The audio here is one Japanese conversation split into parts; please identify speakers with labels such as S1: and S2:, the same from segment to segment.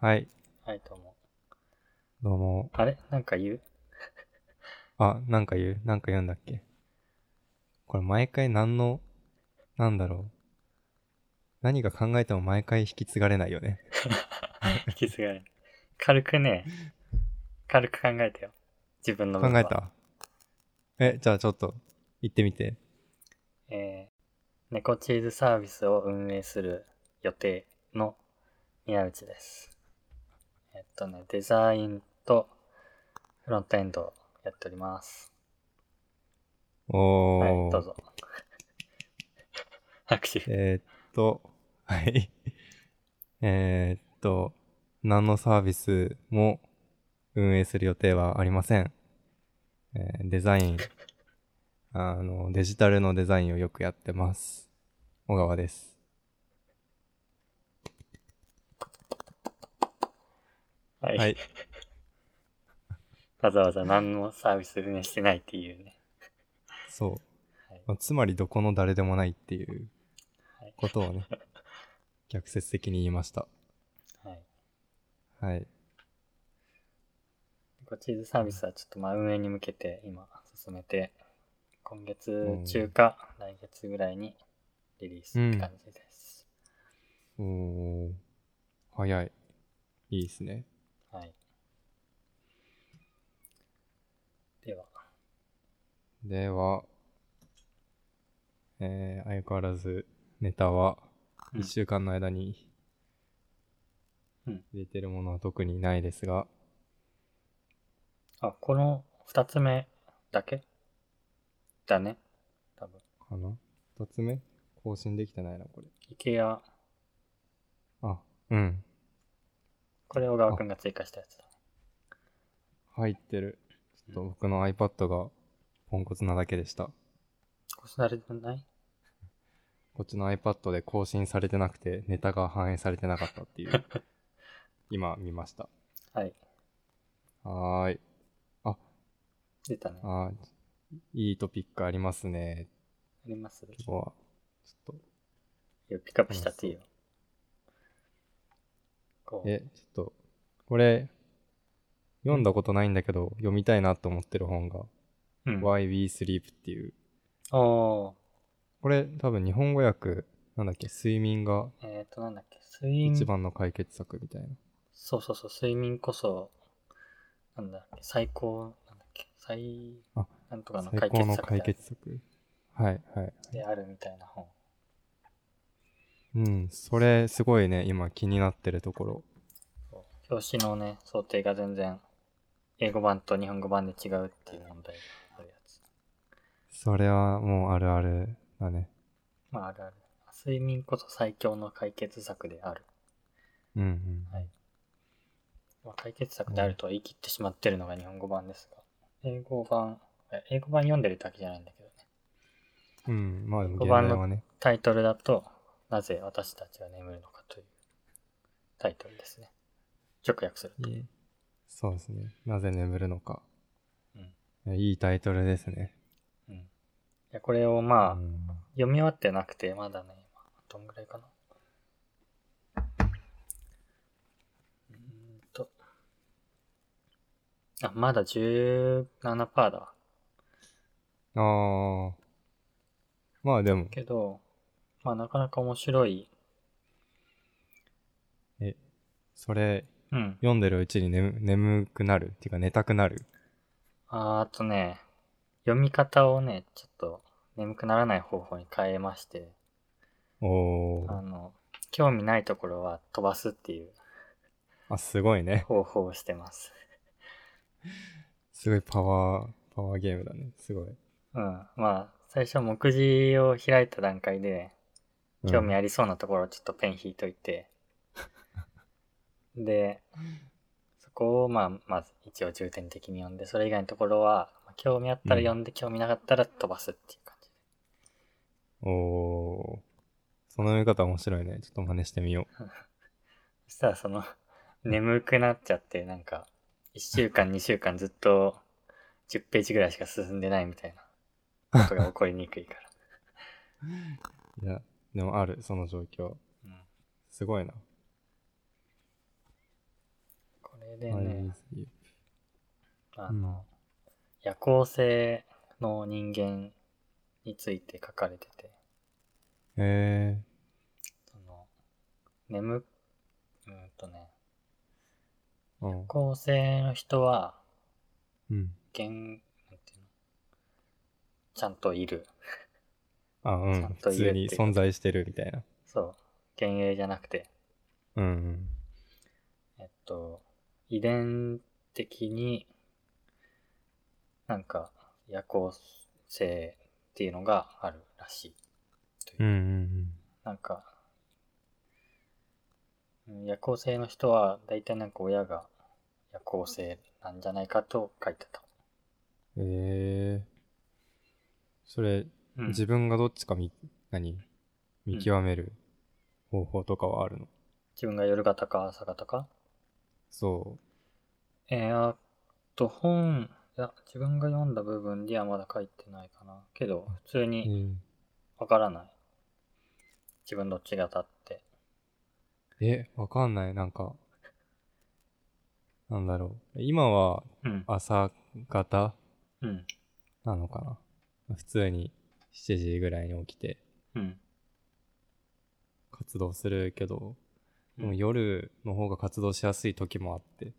S1: はい、
S2: はい、どうも。
S1: どうも。
S2: あれなんか言う
S1: あ、なんか言うなんか言うんだっけこれ毎回何の、なんだろう。何か考えても毎回引き継がれないよね。
S2: 引き継がれ。軽くね、軽く考えてよ。自分の
S1: 考
S2: 分
S1: え
S2: は。
S1: たえ、じゃあちょっと、行ってみて。
S2: えー、猫チーズサービスを運営する予定の宮内です。えっとね、デザインとフロントエンドをやっております。
S1: お
S2: は
S1: ー。
S2: い、どうぞ。 拍手。
S1: えーっと、はい。 えーっと、何のサービスも運営する予定はありません。えーデザイン、あの、デジタルのデザインをよくやってます。小川です。
S2: はい。
S1: はい。
S2: わざわざ何もサービス運営してないっていうね。
S1: そう
S2: はい。
S1: まあつまり、どこの誰でもないっていう
S2: はい
S1: ことを ね、逆説的に言いました。
S2: はい。
S1: はい。
S2: こチーズサービスはちょっとまあ運営に向けて今進めて、今月中か来月ぐらいにリリースって感じです。
S1: おー、早い。いいですね。
S2: はい。では、
S1: では、えー、相変わらずネタは
S2: うん
S1: 1週間の間に
S2: うん
S1: 入れてるものは特にないですが、
S2: あ、この二つ目だけだね。多分。
S1: かな二つ目更新できてないな、これ。
S2: IKEA、
S1: あ、うん。
S2: これ小川くんが追加したやつだ。
S1: 入ってる。ちょっと僕の iPad がポンコツなだけでした。
S2: こすられてない
S1: こっちの iPad で更新されてなくて、ネタが反映されてなかったって いう、今見ました。
S2: はい。
S1: はーい。
S2: 出たね。あ
S1: あーいいトピックありますね。
S2: ります
S1: 今日は、ちょっと。
S2: いやピックアップしたっていいよ。こう。
S1: え、ちょっと、これ、読んだことないんだけど、読みたいなと思ってる本が、
S2: うん、
S1: Why We Sleep っていう。
S2: おー。
S1: これ、多分日本語訳、なんだっけ、睡眠が
S2: えっ、ー、と、なんだっけ、睡眠
S1: 一。番の解決策みたいな。
S2: そうそうそう、睡眠こそ、なんだっけ、最高、なんだっけ、最
S1: あ、
S2: なんとかの
S1: 最
S2: 解
S1: 高
S2: 決
S1: の
S2: 策
S1: 解決策。はい、はい。
S2: であるみたいな本。
S1: うん、それ、すごいね、今気になってるところ。
S2: そう表紙のね、想定が全然、英語版と日本語版で違うっていう問題があるやつ。
S1: それはもうあるあるだね。
S2: まあ、あるある。睡眠こそ最強の解決策である。
S1: うん、うん。
S2: はいまあ、解決策であるとは言い切ってしまってるのが日本語版ですが、英語版、え英語版読んでるだけじゃないんだけどね。
S1: うん、まあでも、
S2: 五
S1: 現
S2: 番の
S1: 代はね。
S2: タイトルだと、なぜ私たちは眠るのかというタイトルですね。直訳すると。
S1: そうですね。なぜ眠るのか。
S2: うん
S1: いいタイトルですね。
S2: うん。いや、これをまあ、
S1: うん
S2: 読み終わってなくて、まだね、今どんぐらいかな。うーんと。あ、まだ17%だわ。
S1: ああ。まあでも、
S2: けど、まあなかなか面白い。
S1: それ、
S2: うん。
S1: 読んでるうちに眠眠くなるっていうか寝たくなる。
S2: あーあとね、読み方をね、ちょっと眠くならない方法に変えまして、
S1: お
S2: あ
S1: ー。
S2: の、興味ないところは飛ばすっていう
S1: あ、すごいね。
S2: 方法をしてます。
S1: すごいパワー、パワーゲームだね。すごい。
S2: うん。まあ、最初、目次を開いた段階で、興味
S1: あ
S2: ありそうなところをちょっとペン引いといて、で、そこを、まあ、まず一応重点的に読んで、それ以外のところは、まあ興味あったら読んで、興味なかったら飛ばすっていう感じ。
S1: る。おー。その読み方面白いね。ちょっと真似してみよ
S2: そしたら、その、眠くなっちゃって、なんか、1週間、2週間ずっと10ページぐらいしか進んでないみたいなことが起こりにくいから。
S1: う。いや、でもある、その状況。
S2: うん
S1: すごいな。
S2: れでね、
S1: ISU
S2: あの、夜行性の人間について書かれてて、
S1: え
S2: その、眠、うんとね、
S1: ー、うん
S2: 構成の人は、
S1: うん。
S2: 現、なんていうのちゃんといる。
S1: あ、う
S2: ちゃん
S1: ん。
S2: と
S1: 普
S2: 言
S1: 通
S2: えっていう
S1: に存在してるみたいな。
S2: そう。幻影じゃなくて、
S1: うんうん。
S2: えっと、遺伝的に、なんか、夜行性っていうのがあるらしい。
S1: うんうん
S2: なんか、うん夜行性の人は、だいたいなんか親が夜行性なんじゃないかと書いてた。
S1: うん。えー、それ、
S2: うん
S1: 自分がどっちかみ、何見極める方法とかはあるの、
S2: 自分が夜型か朝型か
S1: そ
S2: えー、あと、本、いや、自分が読んだ部分にはまだ書いてないかな。けど、普通
S1: う。え
S2: に
S1: ー
S2: わからない。自分どっちが立って。
S1: え、わかんない。なんか、なんだろう。今は
S2: うん。
S1: 朝方
S2: うん。
S1: なのかな普通に7時ぐらいに起きて
S2: うん。
S1: 活動するけど、
S2: う
S1: でも
S2: ん。
S1: 夜の方が活動しやすい時もあって、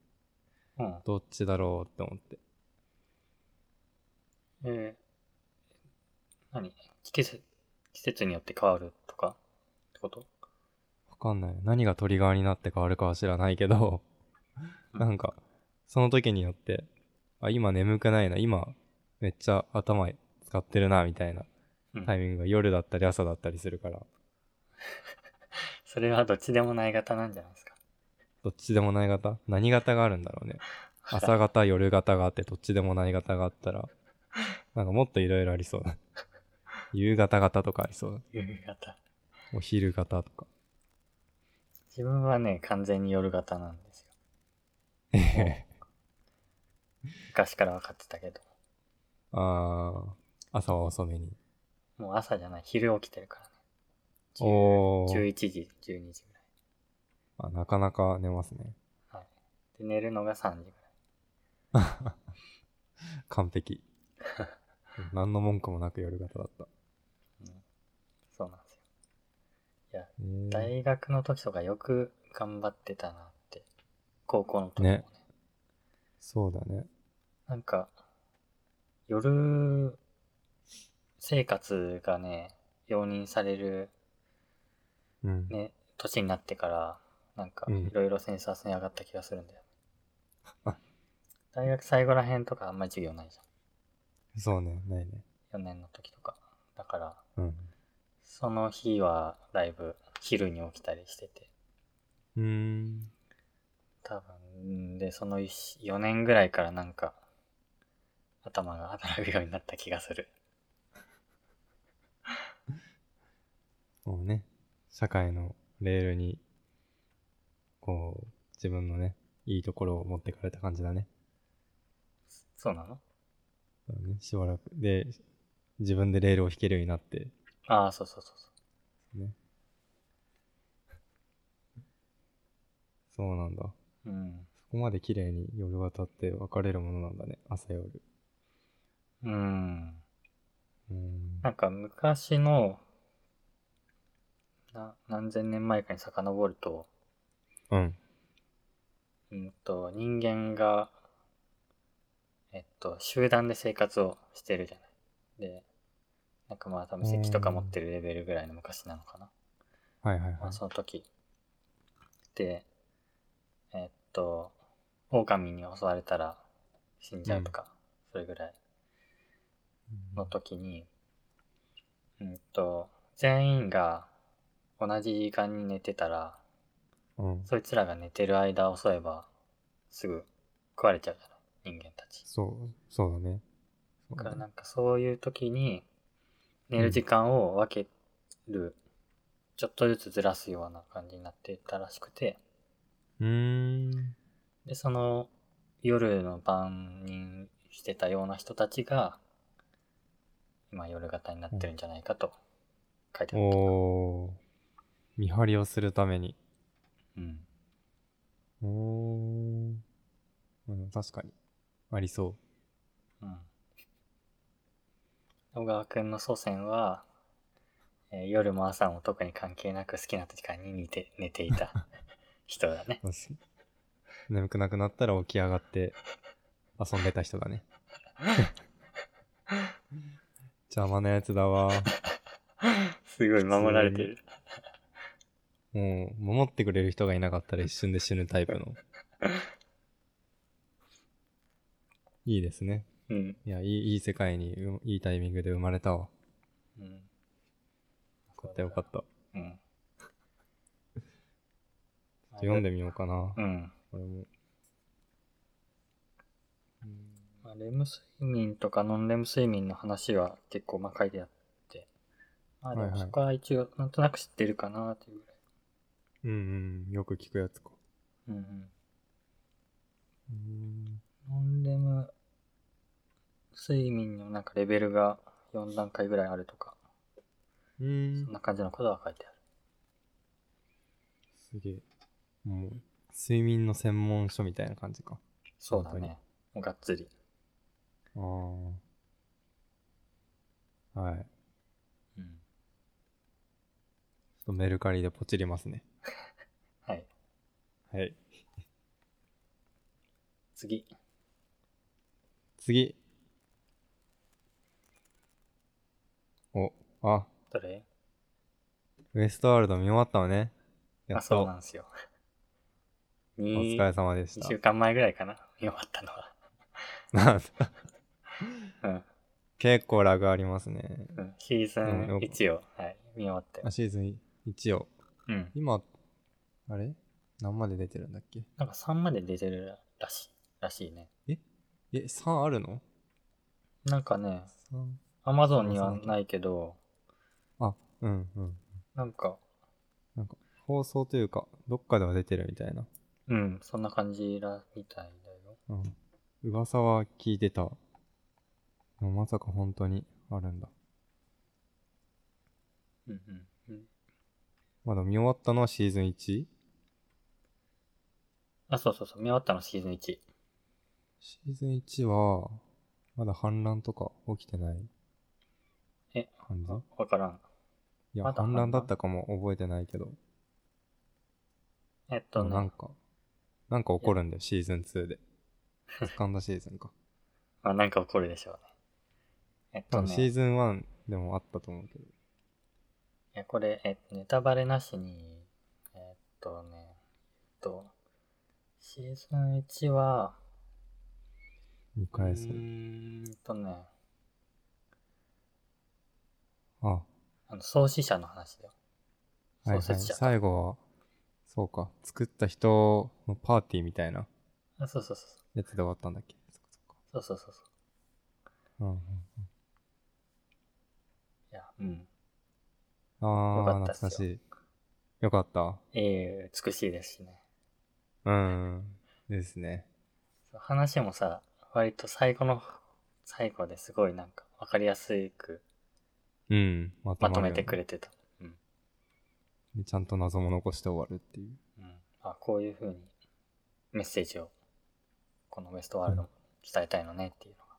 S2: うん
S1: どっちだろうって思って。
S2: えー、何季節、季節によって変わるとかってこと
S1: わかんない。何がトリガーになって変わるかは知らないけど、
S2: うん
S1: なんか、その時によって、あ、今眠くないな、今めっちゃ頭使ってるな、みたいな
S2: うん。
S1: タイミングが夜だったり朝だったりするから、
S2: それはどっちでもない型なんじゃないですか。
S1: どっちでもない型何型があるんだろ うね。朝型、夜型があって、どっちでもない型があったら、なんかもっといろいろあり そうだ。夕方型とかありそうだ。
S2: 夜型。
S1: お昼型とか。
S2: 自分はね、完全に夜型なんですよ。昔から分かってたけど。
S1: あー、朝は遅めに。
S2: もう朝じゃない、昼起きてるからね。10
S1: おー
S2: 11時、12時ぐらい。
S1: あ。なかなか寝ますね。
S2: で、寝るのが3時ぐらい。
S1: 完璧。 何の文句もなく夜型だった。
S2: そうなんですよ。
S1: えー
S2: 大学の時とかよく頑張ってたなって。高校の時もね。
S1: ねそうだね。
S2: なんか、夜生活がね、容認される
S1: うん。
S2: ね、年になってから、なんか、
S1: うん
S2: いろいろセンサー性上がった気がするんだよ。
S1: あ
S2: 大学最後らへんとかあんまり授業ないじ
S1: そうね、ないね。
S2: ゃん。4年の時とか。だから、
S1: うん。
S2: その日はだいぶ昼に起きたりしてて。
S1: うーん。
S2: 多分、で、その4年ぐらいからなんか、頭が働くようになった気がする。
S1: もうね、社会のレールに、こう、自分のね、いいところを持ってかれた感じだね。
S2: そうなの
S1: そうねしばらく。で、自分でレールを引けるようになって、
S2: ああ、そうそうそうそう。
S1: ね。そうなんだ。
S2: うん。
S1: そこまで綺麗に夜型って分かれるものなんだね。朝夜。
S2: うん。
S1: うーん。
S2: なんか昔の、な、何千年前かに遡ると、
S1: うん。
S2: うんと、人間が、えっと、集団で生活をしてるじゃない。で、なんかまあ多分石とか持ってるレベルぐらいの昔なのかな。
S1: はいはいはい
S2: まあ。その時。で、えっと、狼に襲われたら死んじゃうとか、それぐらいの時に、うんと、全員が同じ時間に寝てたら、
S1: うん。
S2: そいつらが寝てる間襲えば、すぐ食われちゃうじゃない人間たち。
S1: そう、そうだね。そう
S2: だ
S1: だ
S2: から
S1: ね
S2: なんかそういう時に、寝る時間を分ける、ちょっとずつずらすような感じになってたらしくて、
S1: うーん。
S2: で、その夜の番にしてたような人たちが、今夜型になってるんじゃないかと書いてあった。
S1: おー。見張りをするために。
S2: うん。
S1: おー。確かに。ありそ
S2: うん。小川くんの祖先は、えー夜も朝も特に関係なく好きな時間に寝て寝ていた人だね。
S1: う。よし眠くなくなったら起き上がって遊んでた人だ ね。邪魔なやつだわ。
S2: すごい守られてる。
S1: もう、守ってくれる人がいなかったら一瞬で死ぬタイプの。いいですね。
S2: うん。
S1: いや、いい、いい世界にう、いいタイミングで生まれたわ。よ
S2: うん。
S1: かったよかった。
S2: うん。
S1: 読んでみようかな
S2: う。ん。
S1: これも。
S2: まあ、レム睡眠とかノンレム睡眠の話は結構まあ書いてあって、まあ、で
S1: はいは
S2: も
S1: い
S2: そこは一応なんとなく知ってるかなというぐ
S1: うんうん。よく聞くやつか。
S2: らい。うんうん。
S1: うん。
S2: ノンレム睡眠のなんかレベルが4段階ぐらいあるとか、
S1: うん
S2: そんな感じのことは書いてある。
S1: すげえ。もう、睡眠の専門書みたいな感じか。
S2: そうだね。もうがっつり。
S1: ああ。はい。ちょ
S2: うん。
S1: っとメルカリでポチりますね。
S2: はい。
S1: はい。
S2: 次。
S1: 次。お、あ、
S2: どれ
S1: ウエストワールド見終わったのね。や
S2: あ、
S1: っと、
S2: そう
S1: お
S2: なんですよ。
S1: 疲
S2: に
S1: れ様でし
S2: 2週間前ぐらいかな。見終わったのは。
S1: た。
S2: うん。
S1: 結構ラグありますね。
S2: うん、シーズ
S1: うん
S2: ン
S1: よ
S2: 1を、はい、見終わって
S1: あ。シーズン1を。
S2: うん。
S1: 今、あれ何まで出てるんだっけ
S2: なんか3まで出てるらしい、らしいね。
S1: え、3あるの
S2: なんかね、
S1: ?3?
S2: Amazon にはないけど、
S1: あ、うんうん。
S2: なんか、
S1: なんか、放送というか、どっかでは出てるみたいな。
S2: うん、そんな感じら、みたいだよ。
S1: うん。噂は聞いてた。でもまさか本当にあるんだ。
S2: うんうん。うん
S1: まだ見終わったのはシーズン 1?
S2: あ、そうそうそう、見終わったのシーズン1。
S1: シーズン1は、まだ反乱とか起きてない
S2: え
S1: 感じ
S2: あわからん。
S1: いや、
S2: まだ
S1: 反
S2: 反
S1: 乱
S2: 乱
S1: だったかも覚えてないけど。
S2: えっ
S1: で
S2: と
S1: もな
S2: ね
S1: ん、か、なんか起こるんだよ、シーズン2で。 セカンドシーズンか。
S2: まあなんか起こるでしょうね。えっ
S1: 多
S2: と
S1: 分
S2: ね、
S1: シーズン1でもあったと思うけど。
S2: いや、これ、えっと、ネタバレなしに、えっとね、えっと、シーズン1は、
S1: 見返す
S2: う。ーんとね、
S1: あ、
S2: あの創始者の話だよ。
S1: はい
S2: 創
S1: はい。
S2: 設者。
S1: 最後は、そうか、作った人のパーティーみたいな
S2: あそうそうそうそう。
S1: やつで終わったんだっけ。そっかそっか
S2: そうそうそうそう。
S1: うんうん
S2: いや、うん。
S1: あー、
S2: よかったっ
S1: 懐か
S2: す
S1: し
S2: よ
S1: い。よかった。
S2: ええ美しいですしね。
S1: うん。ですね。
S2: そう話もさ、割と最後の、最後ですごいなんか、わかりやすく
S1: うん。ま
S2: まとめてく
S1: れ。
S2: れてた。うん。
S1: でちゃんと謎も残して終わるっていう。
S2: うん。あ、こういうふうに、メッセージを、このウエストワールドに伝えたいのねっていうのが、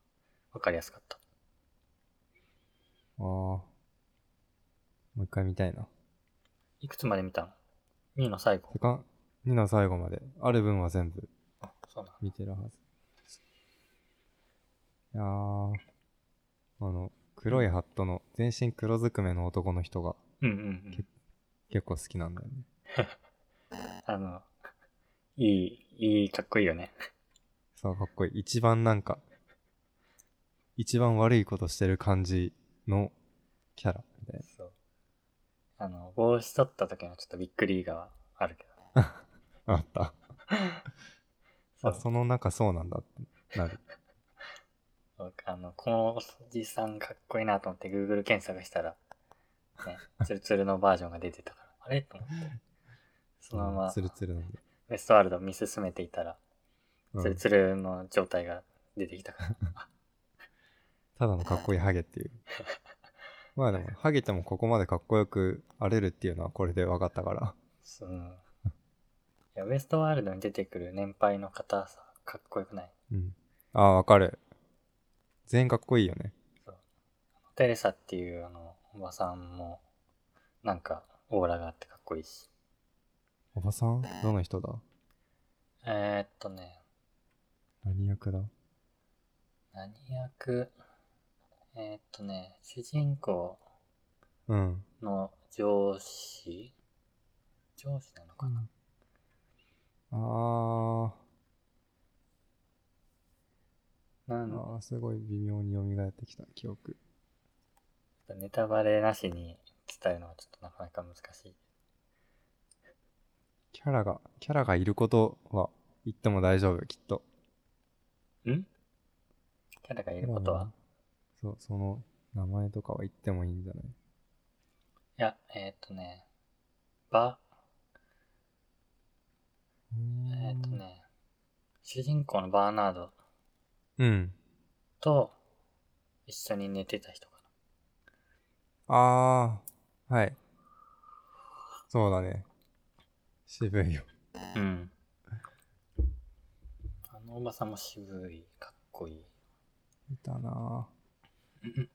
S2: わかりやすかった。
S1: あー。もう一回見たいな。
S2: いくつまで見たの ?2 の最後
S1: セ。カン、2の最後まで。ある分は全部
S2: あ、そうなの。
S1: 見てるはず。いやー。あの、黒いハットの、全身黒ずくめの男の人が
S2: うんうんうん。
S1: 結構好きなんだよね。
S2: あの、いい、いい、かっこいいよね。
S1: そう、かっこいい。一番なんか、一番悪いことしてる感じのキャラみたいな。
S2: そう。あの、帽子取った時のちょっとびっくりがあるけど。
S1: あった。
S2: そ
S1: あ、
S2: う
S1: その中そうなんだってなる。
S2: 僕あの、このおじさんかっこいいなと思って Google 検索したら、ね、ツルツルのバージョンが出てたから、あれと 思って。そのまま、
S1: ツルツルなんで。
S2: ウエストワールド見進めていたら、
S1: うん
S2: ツルツルの状態が出てきた から。
S1: ただのかっこいいハゲ っていう。まあでも、ハゲてもここまでかっこよく荒れるっていうのはこれで分かったから。
S2: そういやウエストワールドに出てくる年配の方さ、かっこよくない
S1: うん。ああ、わかる。全員かっこいいよね。
S2: テレサっていうあの、おばさんも、なんか、オーラがあってかっこいいし。
S1: おばさんどの人だ
S2: えー、っとね、
S1: 何役だ
S2: 何役えー、っとね、主人公
S1: うん。
S2: の上司上司なのかな、
S1: あー
S2: な
S1: あ
S2: ん
S1: ー、すごい微妙に蘇ってきた記憶。
S2: ネタバレなしに伝えるのはちょっとなかなか難しい。
S1: キャラが、キャラがいることは言っても大丈夫、きっと。
S2: んキャラがいることは、
S1: うんそう、その名前とかは言ってもいいんじゃない
S2: いや、えー、っとね、ば、えー、っとね、主人公のバーナード
S1: うん。
S2: と一緒に寝てた人か
S1: ああ、はい。そうだね。渋いよ。
S2: な。うん。あのおばさんも渋い、かっこいい。
S1: いたなぁでも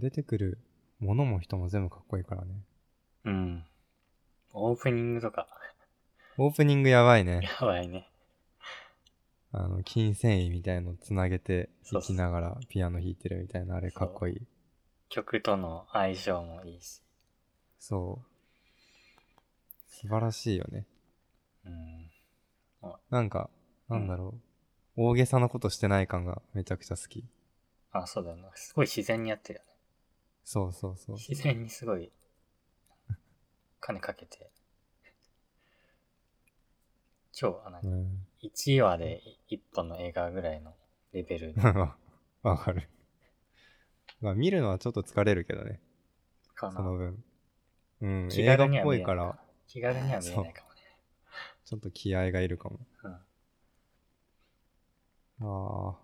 S1: 出てくるものも人も全部かっこいいからね。
S2: うん。オープニングとか、
S1: オープニングやばいね。
S2: やばいね。
S1: あの、金繊維みたいのつなげて
S2: そ
S1: 弾
S2: うそう
S1: きながらピアノ弾いてるみたいな、あれかっこいい。
S2: 曲との相性もいいし。
S1: そう。素晴らしいよね。
S2: うん。
S1: なんか、なんだろう。大げさなことしてない感がめちゃくちゃ好き。
S2: あ、そうだよね。すごい自然にやってるよね。
S1: そうそうそう。
S2: 自然にすごい、金かけて。超、あの、
S1: うん。
S2: 1話で1本の映画ぐらいのレベル
S1: わわかる。まあ見るのはちょっと疲れるけどね、
S2: か
S1: その
S2: な。
S1: 分。うん、
S2: 気
S1: 映画
S2: 軽
S1: っ
S2: には
S1: ぽ
S2: 見え
S1: い
S2: ない
S1: から、
S2: 気軽には見えないかもね。
S1: ちょっと気合がいるかも。
S2: うん。
S1: あ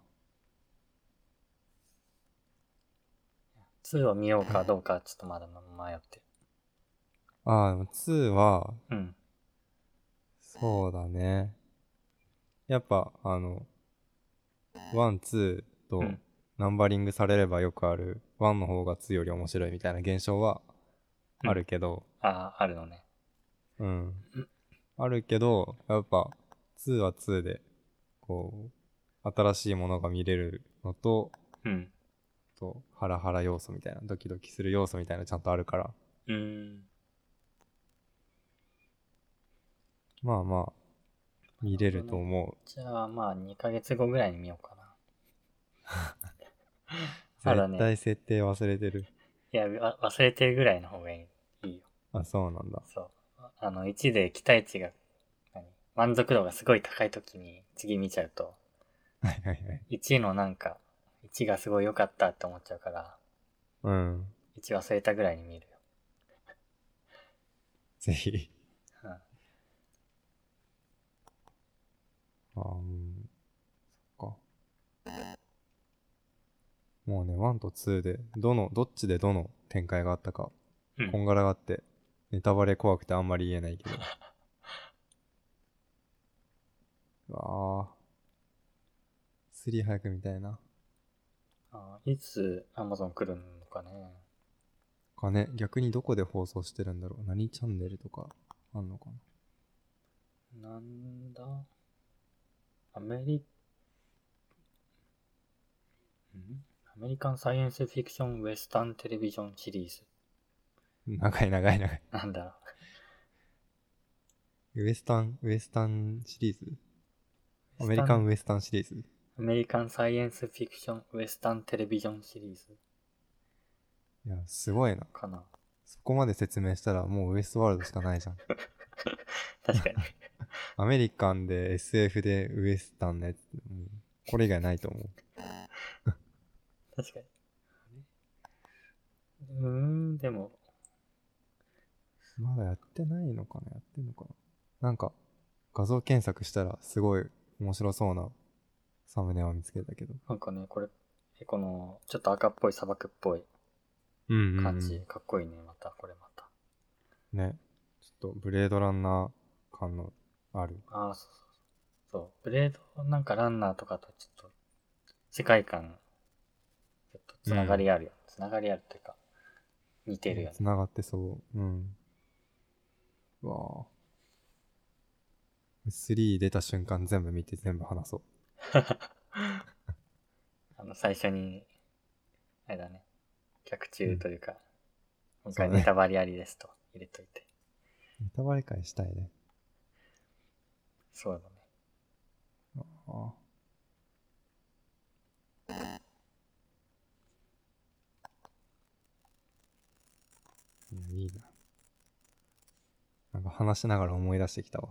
S2: 2を見ようかどうか、ちょっとまだ迷ってる。
S1: あ。ああ、でも2は、
S2: うん。
S1: そうだね。やっぱ、あの、1、2と
S2: うん
S1: ナンバリングされればよくある、1の方が2より面白いみたいな現象は
S2: うん
S1: あるけど、
S2: ああ、あるのね。
S1: うん
S2: うん。
S1: あるけど、やっぱ、2は2で、こう、新しいものが見れるのと、
S2: うん。
S1: と、ハラハラ要素みたいな、ドキドキする要素みたいなのちゃんとあるから、
S2: うん。
S1: まあまあ、見れると思う。
S2: じゃあ、まあ、2ヶ月後ぐらいに見ようかな。まだね
S1: 絶対設定忘れてる。
S2: いや、わ忘れてるぐらいの方がいいいいよ。
S1: あ、そうなんだ。
S2: そう。あの、1で期待値が、何満足度がすごい高い時に次見ちゃうと、
S1: はいはいはい。
S2: 1のなんか、1がすごい良かったって思っちゃうから、
S1: うん。
S2: 1忘れたぐらいに見るよ。
S1: ぜひ。
S2: うん。
S1: あーうん。そっか。もうね、1と2で、どの、どっちでどの展開があったか、
S2: うん
S1: こんがらがって、ネタバレ怖くてあんまり言えないけど。 うわあ。3早く見たいな。
S2: あいつ Amazon 来るのかね。
S1: かね、逆にどこで放送してるんだろう。何チャンネルとかあんのかな。
S2: なんだアメリ、んアメリカンサイエンスフィクションウェスタンテレビジョンシリーズ。
S1: 長い長い長い。
S2: なんだろう。
S1: ウエスタン、ウエスタンシリーズアメリカンウエスタンシリーズ
S2: アメリカンサイエンスフィクションウェスタンテレビジョンシリーズ
S1: いや、すごいな。
S2: かな。
S1: そこまで説明したらもうウエストワールドしかないじゃん。
S2: 確かに。
S1: アメリカンで SF でウエスタンのやつ、うんこれ以外ないと思う。
S2: 確かに。うーん、でも、
S1: まだやってないのかなやってんのかななんか、画像検索したらすごい面白そうなサムネを見つけたけど。
S2: なんかね、これ、えこの、ちょっと赤っぽい砂漠っぽい
S1: うんうん、
S2: 感じ。かっこいいね、また、これまた。
S1: ね。ちょっとブレードランナー感のある。
S2: ああ、そうそうそう、ブレードなんかランナーとかとちょっと、世界観、ちょっとつながりあるよ。つながりあるっていうか、似てるよね。
S1: 繋がってそう。うん。うわぁ。3出た瞬間全部見て全部話そう。
S2: あの、最初に、あれだね、客中というか、
S1: そ
S2: 今
S1: う
S2: 回
S1: だね
S2: ネタバリありですと入れといて。
S1: ネタバレ会したいね。
S2: そうだね。
S1: ああ。いやいいな。なんか話しながら思い出してきたわ。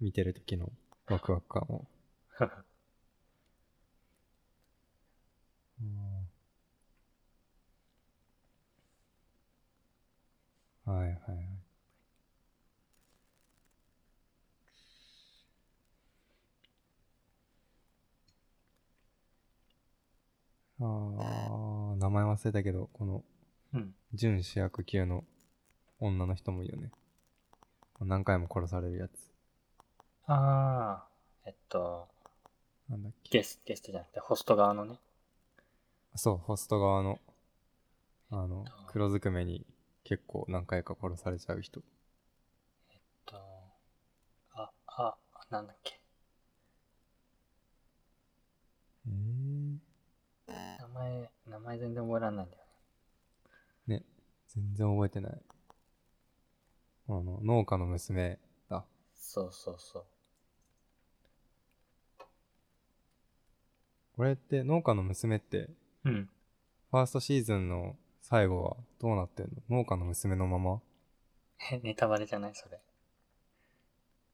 S1: 見てる時のワクワク感を。うんはいはいはい。あー名前忘れたけど、この
S2: うん。
S1: 準主役級の女の人もいいよね。何回も殺されるやつ。
S2: あー、えっと、
S1: なんだっけ。
S2: ゲス、ゲストじゃなくて、ホスト側のね、
S1: そう、ホスト側の、あの、黒ずくめに結構何回か殺されちゃう人。
S2: えっと、あ、あ、なんだっけ。
S1: えー、
S2: 名前、名前全然覚えられないんだよね。
S1: 全然覚えてない。あの、農家の娘だ。
S2: そうそうそう。
S1: これって農家の娘って、
S2: うん。
S1: ファーストシーズンの最後はどうなってんの農家の娘のまま
S2: え、ネタバレじゃないそれ。
S1: い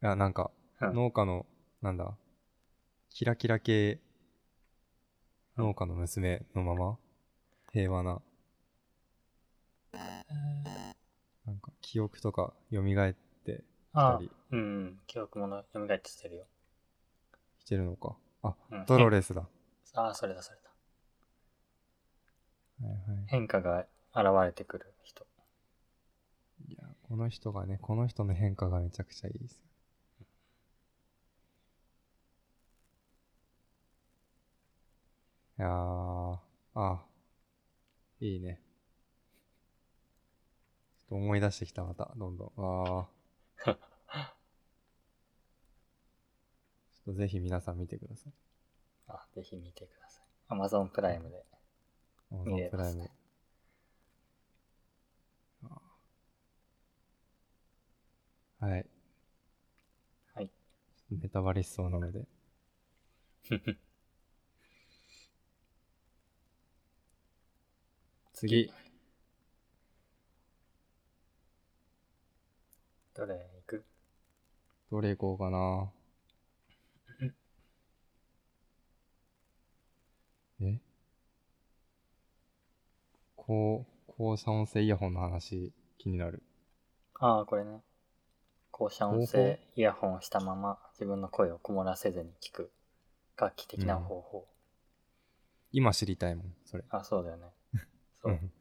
S1: や、なんか、
S2: うん
S1: 農家の、なんだ、キラキラ系、農家の娘のまま、平和な、なんか、記憶とか蘇ってき
S2: あ
S1: た
S2: あ
S1: り
S2: うんうん。記憶もの、蘇ってしてるよ。
S1: してるのか。あ、
S2: うん
S1: ドロレスだ。は
S2: ああ、それだそれだ。
S1: いはい。
S2: 変化が現れてくる人。
S1: いや、この人がね、この人の変化がめちゃくちゃいいです。いやー、あ、いいね。ちょっと思い出してきた、また、どんどん。あー。ちょっとぜひ皆さん見てください。
S2: あ、ぜひ見てください。Amazon プライムで。
S1: Amazon
S2: 見れ
S1: プ
S2: ま
S1: ライ
S2: す
S1: ム
S2: ね。
S1: あーはい。
S2: はい。
S1: ネタバレしそうなの で。次。
S2: どれ行く
S1: どれ行こうかな。え高、高遮音声イヤホンの話気になる。
S2: ああ、これね。校舎音
S1: 方法
S2: 声イヤホンをしたまま自分の声をこもらせずに聞く画期的な方法。
S1: 今知りたいもん、それ。。
S2: あ、そうだよ ね。そううん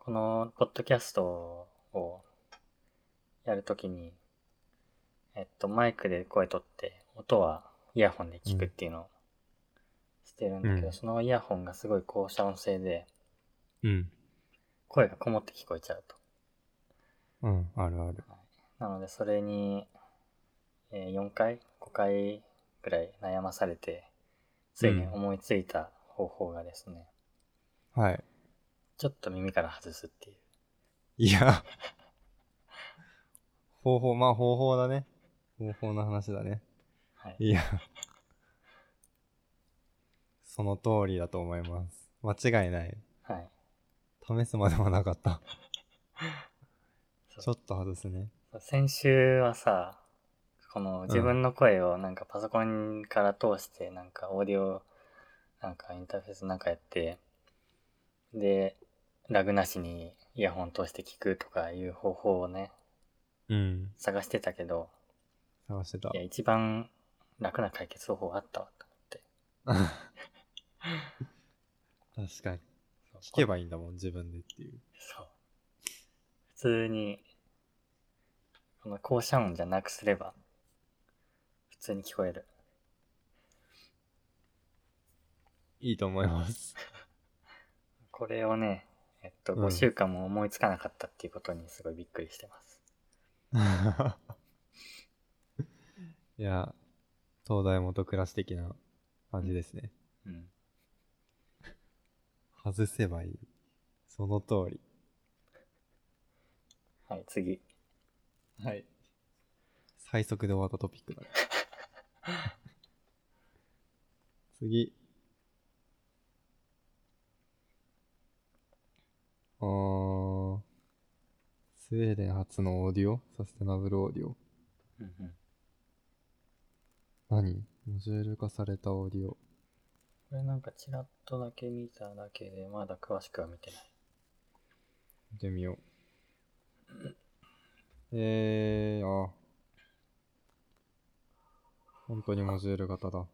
S2: このポッドキャストをやるときに、えっと、マイクで声取って、音はイヤホンで聞くっていうのをしてるんだけど、
S1: うん
S2: そのイヤホンがすごい高遮音性で、
S1: うん。
S2: 声がこもって聞こえちゃうと。
S1: うん、あるある。
S2: なので、それに、えー4回、5回ぐらい悩まされて、ついに思いついた方法がですね、
S1: はい。
S2: ちょっと耳から外すっていう。
S1: いや。 方法、まあ方法だね。方法の話だね。
S2: はい。
S1: いや。その通りだと思います。間違いない。
S2: はい。
S1: 試すまでもなかった。
S2: そう
S1: ちょっと外すね。
S2: 先週はさこの自分の声をなんかパソコンから通してなんかオーディオなんかインターフェースなんかやってでラグなしにイヤホン通して聞くとかいう方法をね
S1: うん。
S2: 探してたけど
S1: 探してた
S2: い。や一番楽な解決方法あったわと思って
S1: 確かに。
S2: そう
S1: 聞けばいいんだもん、自分でっていう。
S2: そう普通にこの校舎音じゃなくすれば普通に聞こえる
S1: いいと思います。
S2: これをね、えっと、
S1: うん
S2: 5週間も思いつかなかったっていうことにすごいびっくりしてます。
S1: いや、東大元暮らし的な感じですね。
S2: うん。
S1: 外せばいい。その通り。
S2: はい、次。
S1: はい。最速で終わったトピックだね。 次。あー、スウェーデン初のオーディオサステナブルオーディオ。
S2: うんうん。
S1: 何モジュール化されたオーディオ。
S2: これなんかちらっとだけ見ただけで、まだ詳しくは見てない。
S1: 見てみよう。えー、あ。本当にモジュール型だ。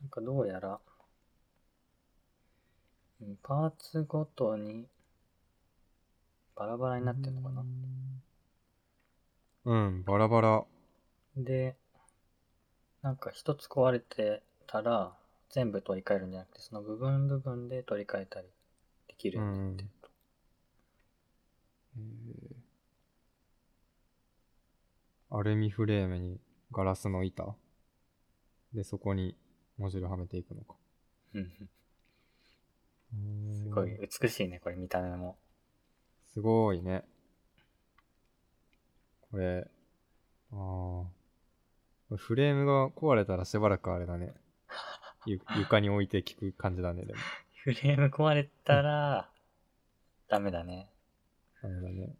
S2: なんかどうやら、うんパーツごとにバラバラになってるのかな。
S1: うん、バラバラ。
S2: で、なんか一つ壊れてたら、全部取り替えるんじゃなくて、その部分部分で取り替えたりできるようになってると。
S1: えーアルミフレームにガラスの板でそこにモジュールはめていくのか
S2: うんうんすごい美しいね、これ見た目も。
S1: すごいねこれあーフレームが壊れたらしばらくあれだねゆ床に置いて聞く感じだねでも
S2: フレーム壊れたら、ダメだね。
S1: あれだね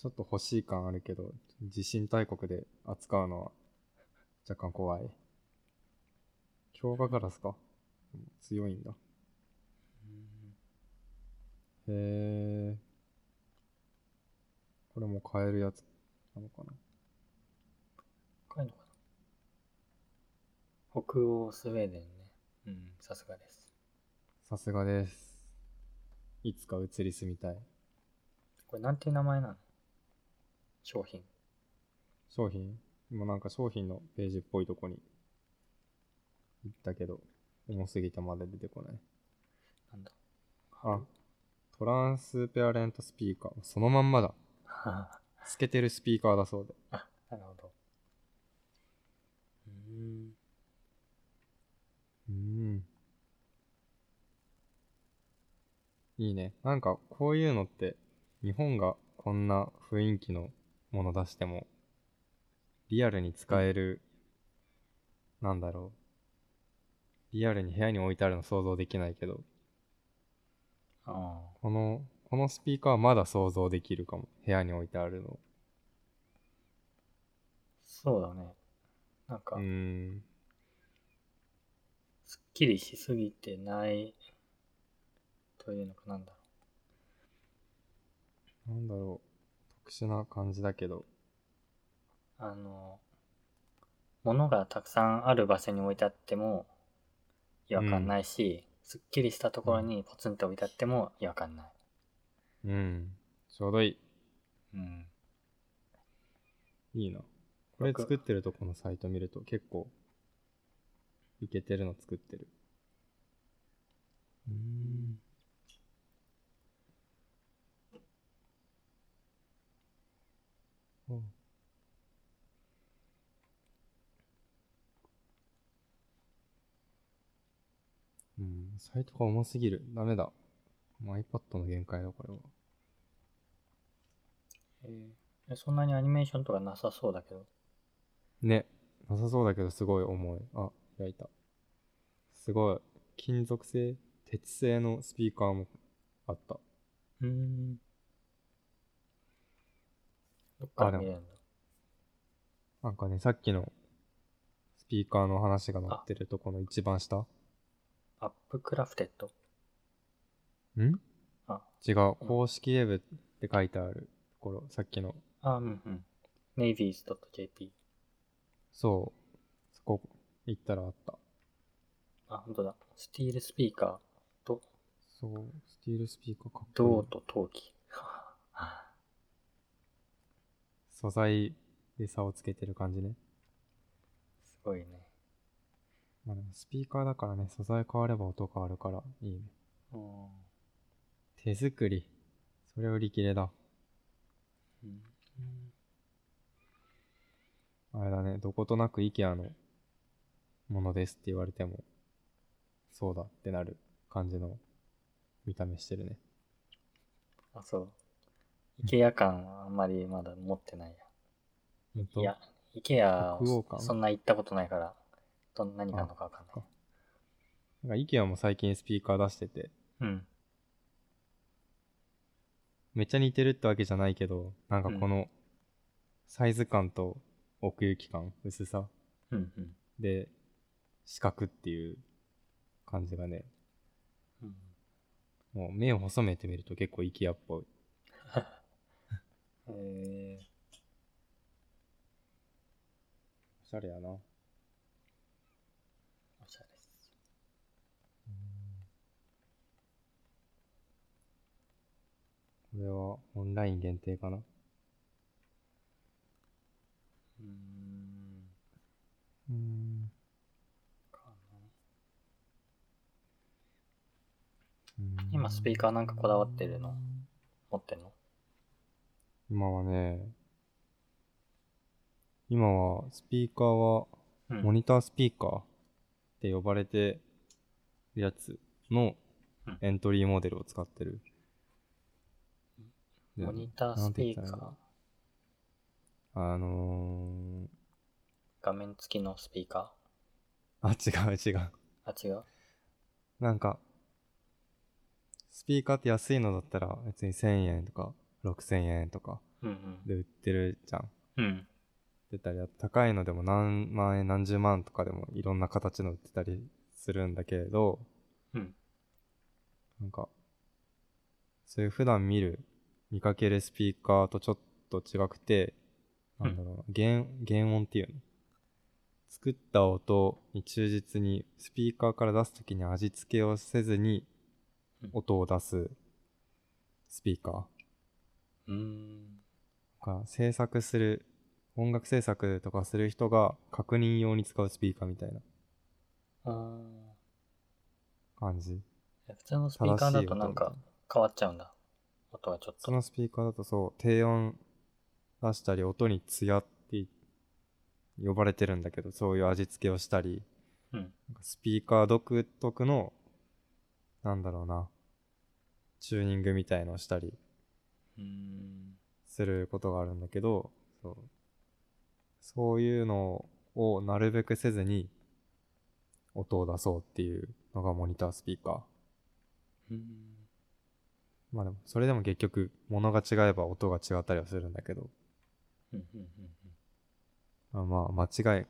S1: ちょっと欲しい感あるけど地震大国で扱うのは若干怖い強化ガラスか強いんだへえこれも買えるやつなのかな
S2: こういうのかな北欧スウェーデンね。うん、さすがです。
S1: さすがですいつか移り住みたい
S2: これなんていう名前なの商品。
S1: 商品今なんか商品のページっぽいとこに行ったけど重すぎてまだ出てこない
S2: なんだ
S1: あ、トランスペアレントスピーカー。そのまんまだ。透けてるスピーカーだそうで。
S2: なるほど。うーん。
S1: うん。いいね。なんかこういうのって、日本がこんな雰囲気のもの出しても、リアルに使える、なんだろう。リアルに部屋に置いてあるの想像できないけど、
S2: あ
S1: この、このスピーカーはまだ想像できるかも。部屋に置いてあるの。
S2: そうだね。なんか
S1: う、ん。
S2: すっきりしすぎてない、というのかなんだろ
S1: なんだろう。特殊な感じだけど。
S2: う。あの、物がたくさんある場所に置いてあっても、違和感ないし、すっきりしたところにポツンと置いてあっても違和感ない。
S1: うん。ちょうどい
S2: うん。
S1: い。いいな。これ
S2: 僕
S1: 作ってるとこのサイト見ると結構、いけてるの作ってる。うん。うん、サイトが重すぎる。ダメだ。もう iPad の限界だ、これは。
S2: えーそんなにアニメーションとかなさそうだけど。
S1: ね、なさそうだけどすごい重い。あ、開いた。すごい。金属製、鉄製のスピーカーもあった。
S2: うん。どっから見れるんだ
S1: なんかね、さっきのスピーカーの話が載ってるとこの一番下ん
S2: アップクラフテッドあ、
S1: 違う。公式ウェブって書いてあるところ、さっきの。
S2: あ、うんうん。navies.jp。
S1: そう。そこ行ったらあった。
S2: あ、本当だ。スティールスピーカーと
S1: そう。スティールスピーカーかっこい
S2: 銅
S1: い。
S2: と陶器。
S1: 素材で差をつけてる感じね。
S2: すごいね。
S1: まあでもスピーカーだからね、素材変われば音変わるからいいね。
S2: うん。
S1: 手作り。それ売り切れだ。
S2: うん
S1: あれだね、どことなく IKEA のものですって言われても、そうだってなる感じの見た目してるね。
S2: あ、そう。イケア感はあんまりまだ持ってないや。
S1: ほんと
S2: いや、イケア
S1: 北欧感
S2: そんな行ったことないから、どん何があるのかわかん
S1: あそ
S2: な
S1: っ
S2: い。
S1: なんか IKEA も最近スピーカー出してて、
S2: うん。
S1: めっちゃ似てるってわけじゃないけど、なんかこのサイズ感と奥行き感、薄さ
S2: うんうん。
S1: で四角っていう感じがね、
S2: うん、
S1: もう目を細めてみると結構 IKEA っぽい。
S2: え
S1: おしゃれやな。
S2: ー、おしゃれです。
S1: これはオンライン限定かな
S2: うーん。
S1: うん。
S2: かな今スピー
S1: カー
S2: カーなんかこだわってるの持ってんの
S1: 今はね、今はスピーカーは
S2: う
S1: モ
S2: ん。
S1: ニタースピーカーって呼ばれてるやつの
S2: うん
S1: エントリーモデルを使ってる。で
S2: モニタースピーカ
S1: なんて言ったらいいんだ
S2: ー
S1: ろう。あの
S2: 画面付きのスピーカ
S1: ー、あ、違う違う。
S2: ーあ、違う。
S1: なんか、スピーカーって安いのだったら別に1000円とか6000円とか
S2: うん
S1: で売ってるじゃん。
S2: うん。うん。
S1: 出たり、高いのでも何万円何十万とかでもいろんな形の売ってたりするんだけれど、
S2: うん。
S1: なんか、そういう普段見る、見かけるスピーカーとちょっと違くて、なんだろうな、原原音っていうの。作った音に忠実に、スピーカーから出すときに味付けをせずに
S2: うん、
S1: 音を出すスピーカー。
S2: うーん。
S1: が制作する、音楽制作とかする人が確認用に使うスピーカーみたいな
S2: あー
S1: 感じ。
S2: いや普通のスピーカーだとなんか変わっちゃうんだ。音がちょっ
S1: そ
S2: と。
S1: のスピーカーだとそう、低音出したり、音にツヤって呼ばれてるんだけど、そういう味付けをしたり、
S2: うん。
S1: なんかスピーカー独特の、なんだろうな、チューニングみたいのをしたり
S2: うーん。
S1: することがあるんだけど、そうそういうのをなるべくせずに音を出そうっていうのがモニタースピーカー。
S2: うん
S1: まあでも、それでも結局、物が違えば音が違ったりはするんだけど、
S2: うんうんうん
S1: あまあ、間違い、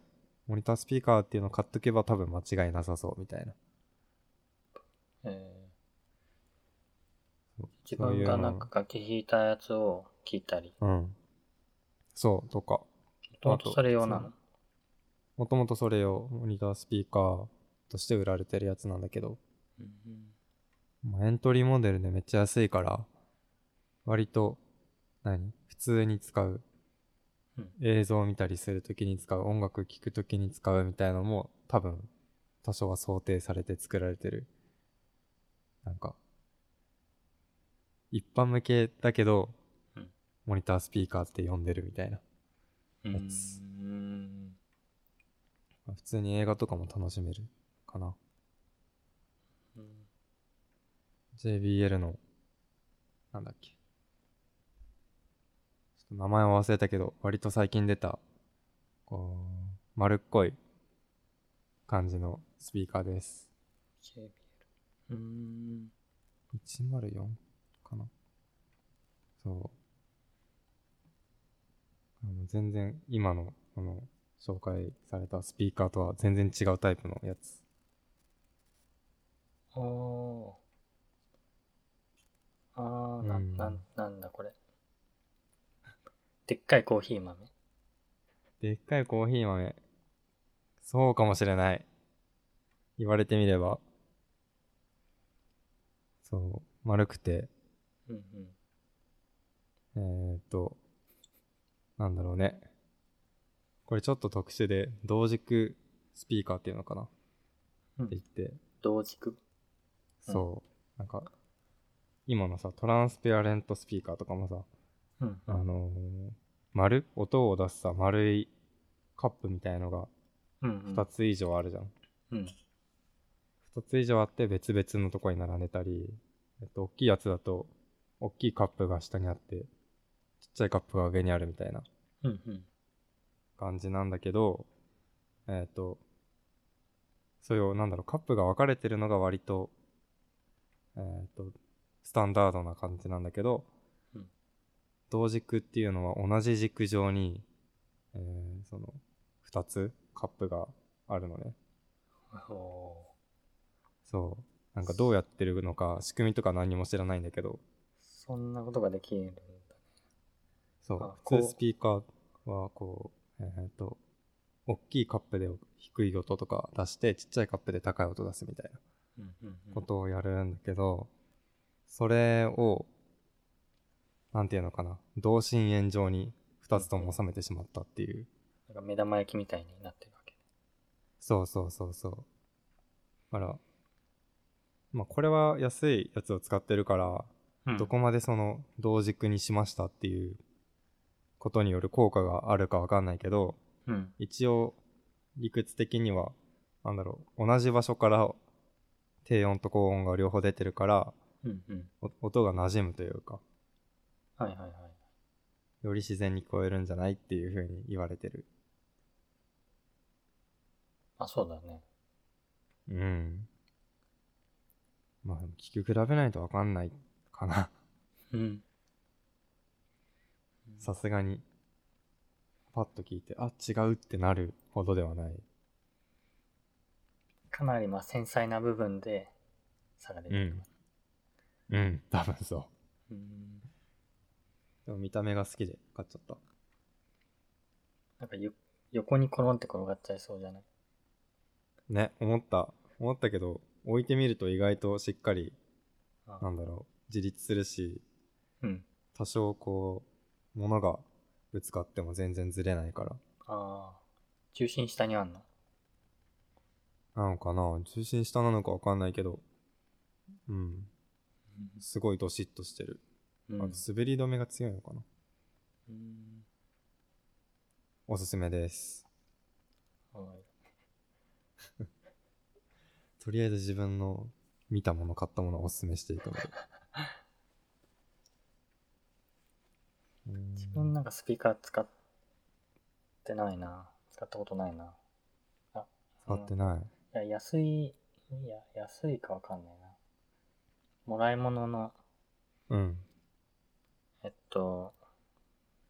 S1: モニタースピーカーっていうのを買っとけば多分間違いなさそうみたいな。
S2: うんえー
S1: そう
S2: 自分がなんか楽器弾いたやつを聞いたり。
S1: うん。そう、とか。
S2: もともとそれ用なの。
S1: もともとそれをモニタースピーカーとして売られてるやつなんだけど、
S2: うん
S1: まあ、エントリーモデルでめっちゃ安いから、割と、何普通に使う
S2: うん。
S1: 映像を見たりするときに使う、音楽聴くときに使うみたいのも、多分、多少は想定されて作られてる。なんか、一般向けだけど
S2: うん、
S1: モニタースピーカーって呼んでるみたいな。
S2: うん
S1: やつ
S2: うん
S1: まあ普通に映画とかも楽しめるかな。
S2: うん
S1: JBL の、なんだっけ。ちょっと名前を忘れたけど、割と最近出た、こう、丸っこい感じのスピーカーです。
S2: JBL うん
S1: 104かな。そう。あの全然、今の、この、紹介されたスピーカーとは全然違うタイプのやつ。
S2: おーあーな
S1: うん
S2: なんなんだこれでっかいコーヒー豆
S1: でっかいコーヒー豆。そうかもしれない。言われてみれば。そう、丸くて、
S2: うんうん
S1: えー、っと、なんだろうね。これちょっと特殊で、同軸スピーカーっていうのかなって
S2: うん
S1: 言って、
S2: 同軸。うん
S1: そう、なんか、今のさ、トランスペアレントスピーカーとかもさ、
S2: うん。
S1: あのー丸音を出すさ、丸いカップみたいのが
S2: うんうん。
S1: 2つ以上あるじゃん。
S2: うん。
S1: 2つ以上あって別々のとこに並んでたり、えっと、大きいやつだと、大きいカップが下にあって、ちっちゃいカップが上にあるみたいな
S2: うんうん。
S1: 感じなんだけど、えっと、そういう、なんだろう、カップが分かれてるのが割と、えっと、スタンダードな感じなんだけど、
S2: うん
S1: 同軸っていうのは同じ軸上に、えーその、2つカップがあるのね。
S2: おー
S1: そう。なんかどうやってるのか、仕組みとか何も知らないんだけど、
S2: そんなことができるんだ。
S1: そう
S2: あ。こ
S1: 普
S2: う
S1: 通スピーカーは、こう、えーっと、大きいカップで低い音とか出して、ちっちゃいカップで高い音出すみたいな
S2: うんうんう
S1: こ
S2: ん。
S1: とをやるんだけど、それを、なんていうのかな、同心円状に2つとも収めてしまったっていう。
S2: なんか目玉焼きみたいになってるわけ。
S1: そうそうそうそう。だから、まあこれは安いやつを使ってるから、
S2: うん
S1: どこまでその同軸にしましたっていうことによる効果があるかわかんないけど、
S2: うん。
S1: 一応理屈的には、なんだろう、同じ場所から低音と高音が両方出てるから、
S2: うんうん。
S1: お音が馴染むというか、
S2: はいはいはい。
S1: より自然に聞こえるんじゃないっていうふうに言われてる。
S2: あ、そうだね。
S1: うん。まあ、聞き比べないとわかんないかな。
S2: うん。
S1: さすがに、パッと聞いて、あ、違うってなるほどではない。
S2: かなりまあ繊細な部分で差が出てくる。
S1: うん、多分そう。
S2: うん。
S1: でも見た目が好きで買っちゃった。
S2: なんかよ横にコロンって転がっちゃいそうじゃない
S1: ね、思った。思ったけど、置いてみると意外としっかり、
S2: あ
S1: なんだろう、自立するし、
S2: うん。
S1: 多少こう、物がぶつかっても全然ずれないから。
S2: ああ。重心下にあんの
S1: なのかな重心下なのかわかんないけど、うん、すごいドシッとしてる。
S2: うん
S1: あと滑り止めが強いのかな
S2: うん。
S1: おすすめです。
S2: はい
S1: とりあえず自分の見たもの、買ったものをおすすめしていくので。うん
S2: 自分なんかスピーカー使ってないな。使ったことないな。あ、
S1: 使って
S2: い
S1: ない。
S2: や、安い、いや、安いかわかんないな。もらい物の、
S1: うん。
S2: えっと、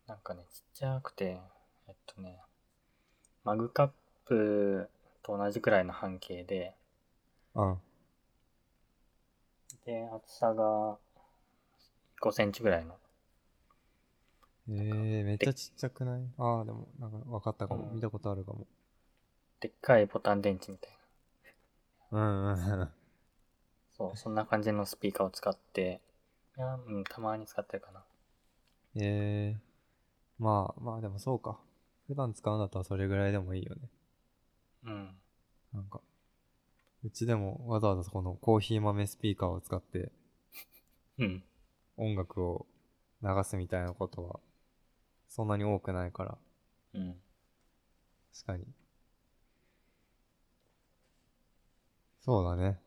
S2: なんかね、ちっちゃくて、えっとね、マグカップと同じくらいの半径で、
S1: あ、
S2: で、厚さが5センチぐらいの。
S1: えー、めっちゃちっちゃくないああ、でも、なんか分かったかも。
S2: うん
S1: 見たことあるかも。
S2: でっかいボタン電池みたいな。
S1: うんうん。
S2: そう、そんな感じのスピーカーを使って、いや、うん、たまに使ってるかな。
S1: えー、まあ、まあでもそうか。普段使うんだったらそれぐらいでもいいよね。
S2: うん。
S1: なんか、うちでもわざわざこのコーヒー豆スピーカーを使って
S2: うん。
S1: 音楽を流すみたいなことは、そんなに多くないから、
S2: うん。
S1: 確かに。そうだね。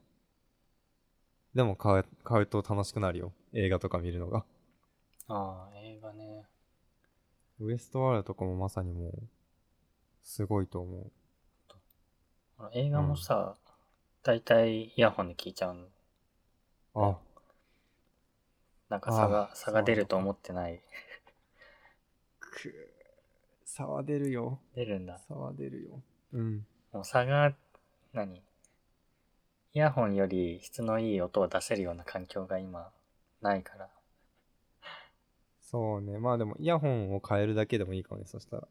S1: でも買う、買うと楽しくなるよ。映画とか見るのが。
S2: ああ、映画ね。
S1: ウエストワールドとかもまさにもう、すごいと思う。
S2: ほら映画もさ、だいたいイヤホンで聞いちゃう。
S1: あ、
S2: なんか差
S1: あ
S2: が、
S1: あ
S2: 差が出ると思ってない。
S1: く差は出るよ。
S2: 出るんだ。
S1: 差は出るよ。うん。
S2: もう差が、何イヤホンより質のいい音を出せるような環境が今、ないから。
S1: そうね。まあでも、イヤホンを変えるだけでもいいかもね。そしたら。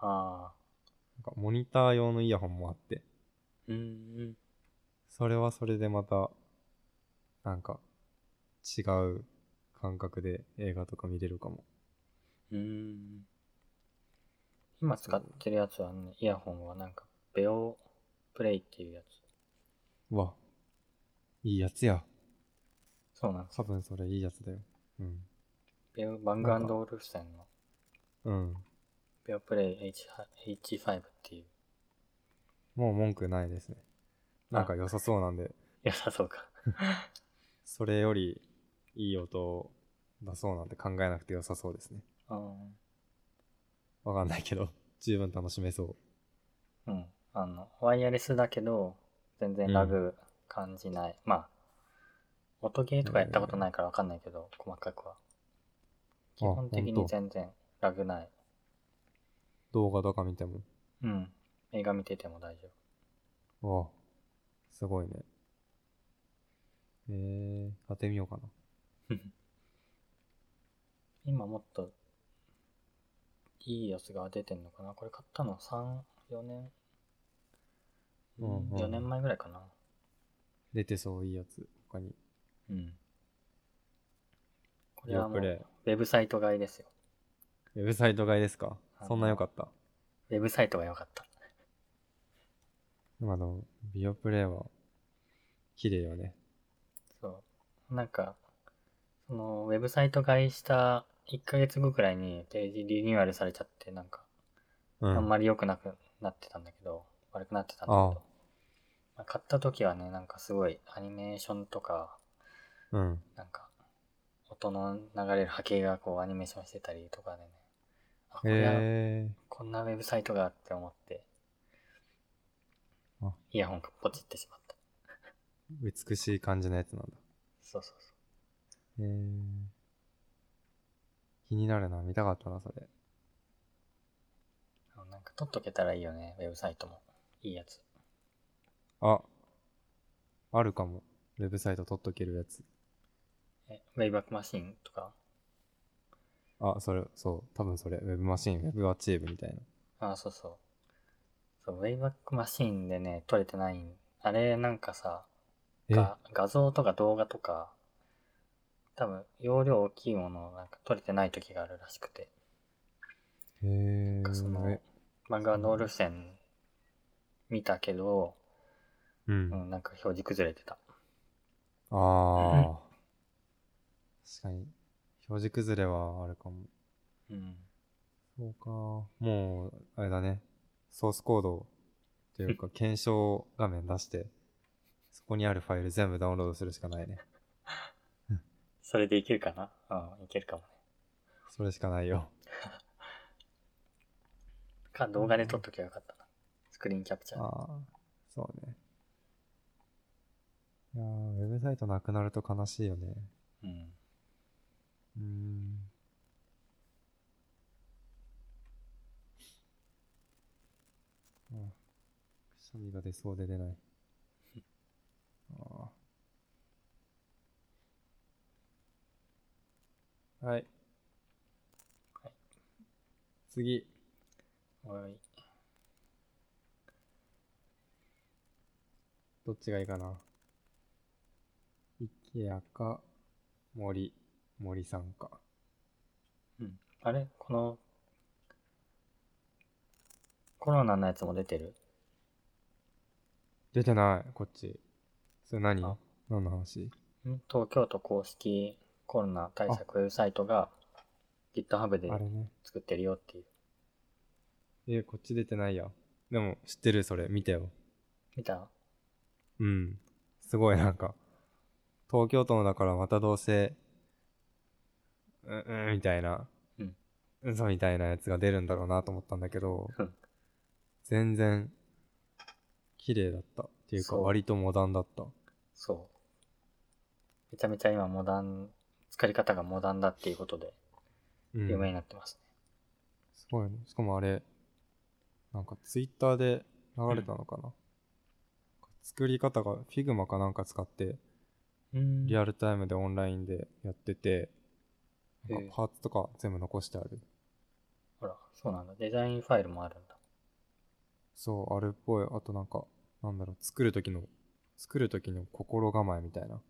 S2: ああ。
S1: なんか、モニター用のイヤホンもあって。
S2: うんうん。
S1: それはそれでまた、なんか、違う感覚で映画とか見れるかも。
S2: うん。今使ってるやつはね、イヤホンはなんか、ベオプレイっていうやつ。
S1: うわ、いいやつや。
S2: そうなんです
S1: 多。分それいいやつだよ。うん。
S2: ベオ、バング
S1: なんか
S2: オルフセンの
S1: うん。
S2: ベオプレイ H- H5 っていう。
S1: もう文句ないですね。なんか良さそうなんで、
S2: 良さそうか。
S1: それよりいい音を出そうなんて考えなくて良さそうですね。
S2: うん。
S1: わかんないけど、十分楽しめそ
S2: うん。あの、ワイヤレスだけど、全然ラグ感じない。まあ、音ゲーとかやったことないからわかんないけど、細かくは。基
S1: う。あ、
S2: 本
S1: 本
S2: 的に
S1: 当
S2: 全然ラグない。
S1: 動画とか見ても。
S2: うん。映画見てても大丈
S1: わあ、すごいね。えー、買ってみようかな。
S2: 夫。今もっと、いいやつが出てんのかなこれ買ったの3、4年、
S1: うんうん
S2: 4年前ぐらいかな。
S1: 出てそういいやつ、他に。
S2: うん。これはもう、
S1: よく
S2: ウ
S1: ね
S2: ェブサイト買いですよ。
S1: ウェブサイト買いですか
S2: はい
S1: そんな良かった。
S2: ウェブサイトが良かった。
S1: 今のビオプレイは、綺麗よね。
S2: そう。なんか、その、ウェブサイト買いした1ヶ月後くらいにページリニューアルされちゃって、なんか、
S1: う
S2: あん
S1: ん。
S2: まり良くなくなってたんだけど、悪くなってたんだけど
S1: あ、
S2: まあ買った時はね、なんかすごいアニメーションとか、
S1: うん。
S2: なんか、音の流れる波形がこうアニメーションしてたりとかでね、あ、これは
S1: え
S2: こんなウェブサイトがあって思って
S1: あ、
S2: イヤホンがポチってしまった。
S1: ー、美しい感じのやつなんだ。
S2: そうそうそ
S1: えー、気になるな、見たかったな、それ。
S2: うあの。なんか撮っとけたらいいよね、ウェブサイトも。いいやつ。
S1: あ、あるかも。ウェブサイト取っとけるやつ。
S2: え、ウェイバックマシンとか。
S1: あ、それ、そう、多分それ、ウェブマシン、ウェブアチーブみたいな。
S2: あ、そうそう。そう、ウェイバックマシンでね、撮れてないん。あれ、なんかさ、
S1: え、
S2: が画像とか動画とか、多分、容量大きいものをなんか撮れてない時があるらしくて。
S1: へえ
S2: なんかその
S1: ー、
S2: 漫画ノール線見たけど、
S1: うん
S2: う。ん、なんか表示崩れてた。
S1: ああ。確かに。表示崩れはあるかも。
S2: うん。
S1: そうか。もう、あれだね。ソースコードというか、検証画面出して、そこにあるファイル全部ダウンロードするしかないね。
S2: それでいけるかなうん、いけるかもね。
S1: それしかないよ。
S2: か、動画で撮っときゃよかったな。スクリーンキャプチャー。
S1: ああ、そうね。いやーウェブサイトなくなると悲しいよね。
S2: うん。
S1: うーん。あーくしゃみが出そうで出ない。あーはい。次。
S2: おい。
S1: どっちがいいかな。池谷か、森、森さんか。
S2: うん。あれこの、コロナのやつも出てる
S1: 出てない、こっち。それ何
S2: あ
S1: 何の話
S2: ん東京都公式コロナ対策ウェブサイトが GitHub で
S1: あれね。
S2: 作ってるよっていう。
S1: え、こっち出てないや。でも、知ってるそれ、見たよ。
S2: 見た
S1: うん。すごい、なんか。東京都のだからまたどうせ、うん、うん、みたいな。
S2: うん。
S1: 嘘みたいなやつが出るんだろうなと思ったんだけど
S2: うん、
S1: 全然、綺麗だった。っていうか、
S2: そう
S1: 割とモダンだった。
S2: そう。めちゃめちゃ今モダン、作り方がモダンだっていうことで
S1: うん。
S2: 有名になってますね。
S1: すごいね。しかもあれ、なんかツイッターで流れたのかな。作り方が Figma かなんか使って、
S2: うん
S1: リアルタイムでオンラインでやってて、な
S2: へ
S1: ん
S2: え
S1: かパーツとか全部残してある。
S2: ほら、そうなんだ。デザインファイルもあるんだ。
S1: そう、あれっぽい。あとなんか、なんだろう、作る時の、作る時の心構えみたいな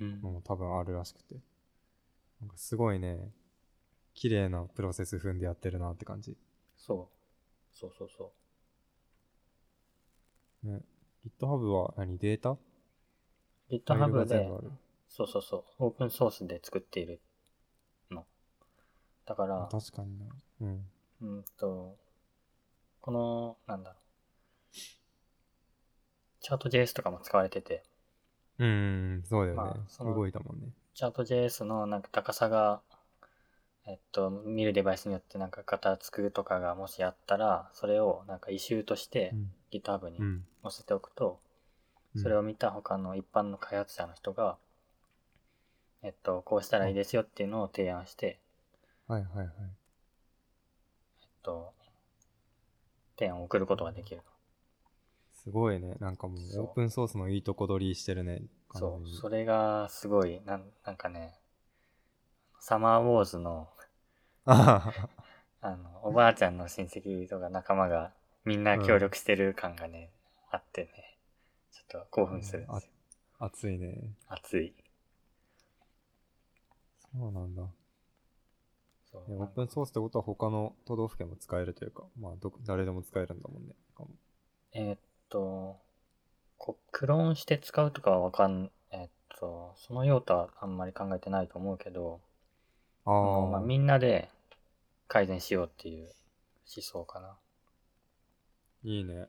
S2: うん
S1: のも多分あるらしくて。なんかすごいね、綺麗なプロセス踏んでやってるなって感じ。
S2: そう。そうそうそう。
S1: GitHub は何データファイル
S2: GitHub
S1: が
S2: で
S1: 全部、ある。
S2: そうそうそう、オープンソースで作っているの。だから、
S1: 確かにな。うん。
S2: うんと、この、なんだろう。チャート JS とかも使われてて、
S1: うんうん、そうだよね。
S2: まあその
S1: 動いたもんね。
S2: チャート JS のなんか高さが、えっと、見るデバイスによってなんか型作るとかがもしあったら、それをなんか異臭として
S1: うん
S2: GitHub に
S1: うん。
S2: 載せておくと、
S1: うん
S2: それを見た他の一般の開発者の人が、えっと、こうしたらいいですよっていうのを提案して、
S1: はいはいはい。
S2: えっと、提案を送ることができる。
S1: すごいね。なんかもう
S2: そう
S1: オープンソースのいいとこ取りしてるね。完
S2: そ
S1: 全
S2: う、
S1: に
S2: それがすごい、なんなんかね、サマーウォーズの、
S1: あはは
S2: あの、おばあちゃんの親戚とか仲間がみんな協力してる感がね、あってね、ちょっと興奮するんですよ。
S1: 熱いね。
S2: 熱い。
S1: そうなんだ。
S2: そう
S1: いやオープンソースってことは他の都道府県も使えるというか、まあどこ、誰でも使えるんだもんね。かも
S2: えーっと、こクローンして使うとかはわかん、えーっと、その用途はあんまり考えてないと思うけど、もうま
S1: あ
S2: あ、
S1: あ、
S2: みんなで改善しようっていう思想かな。
S1: いいね。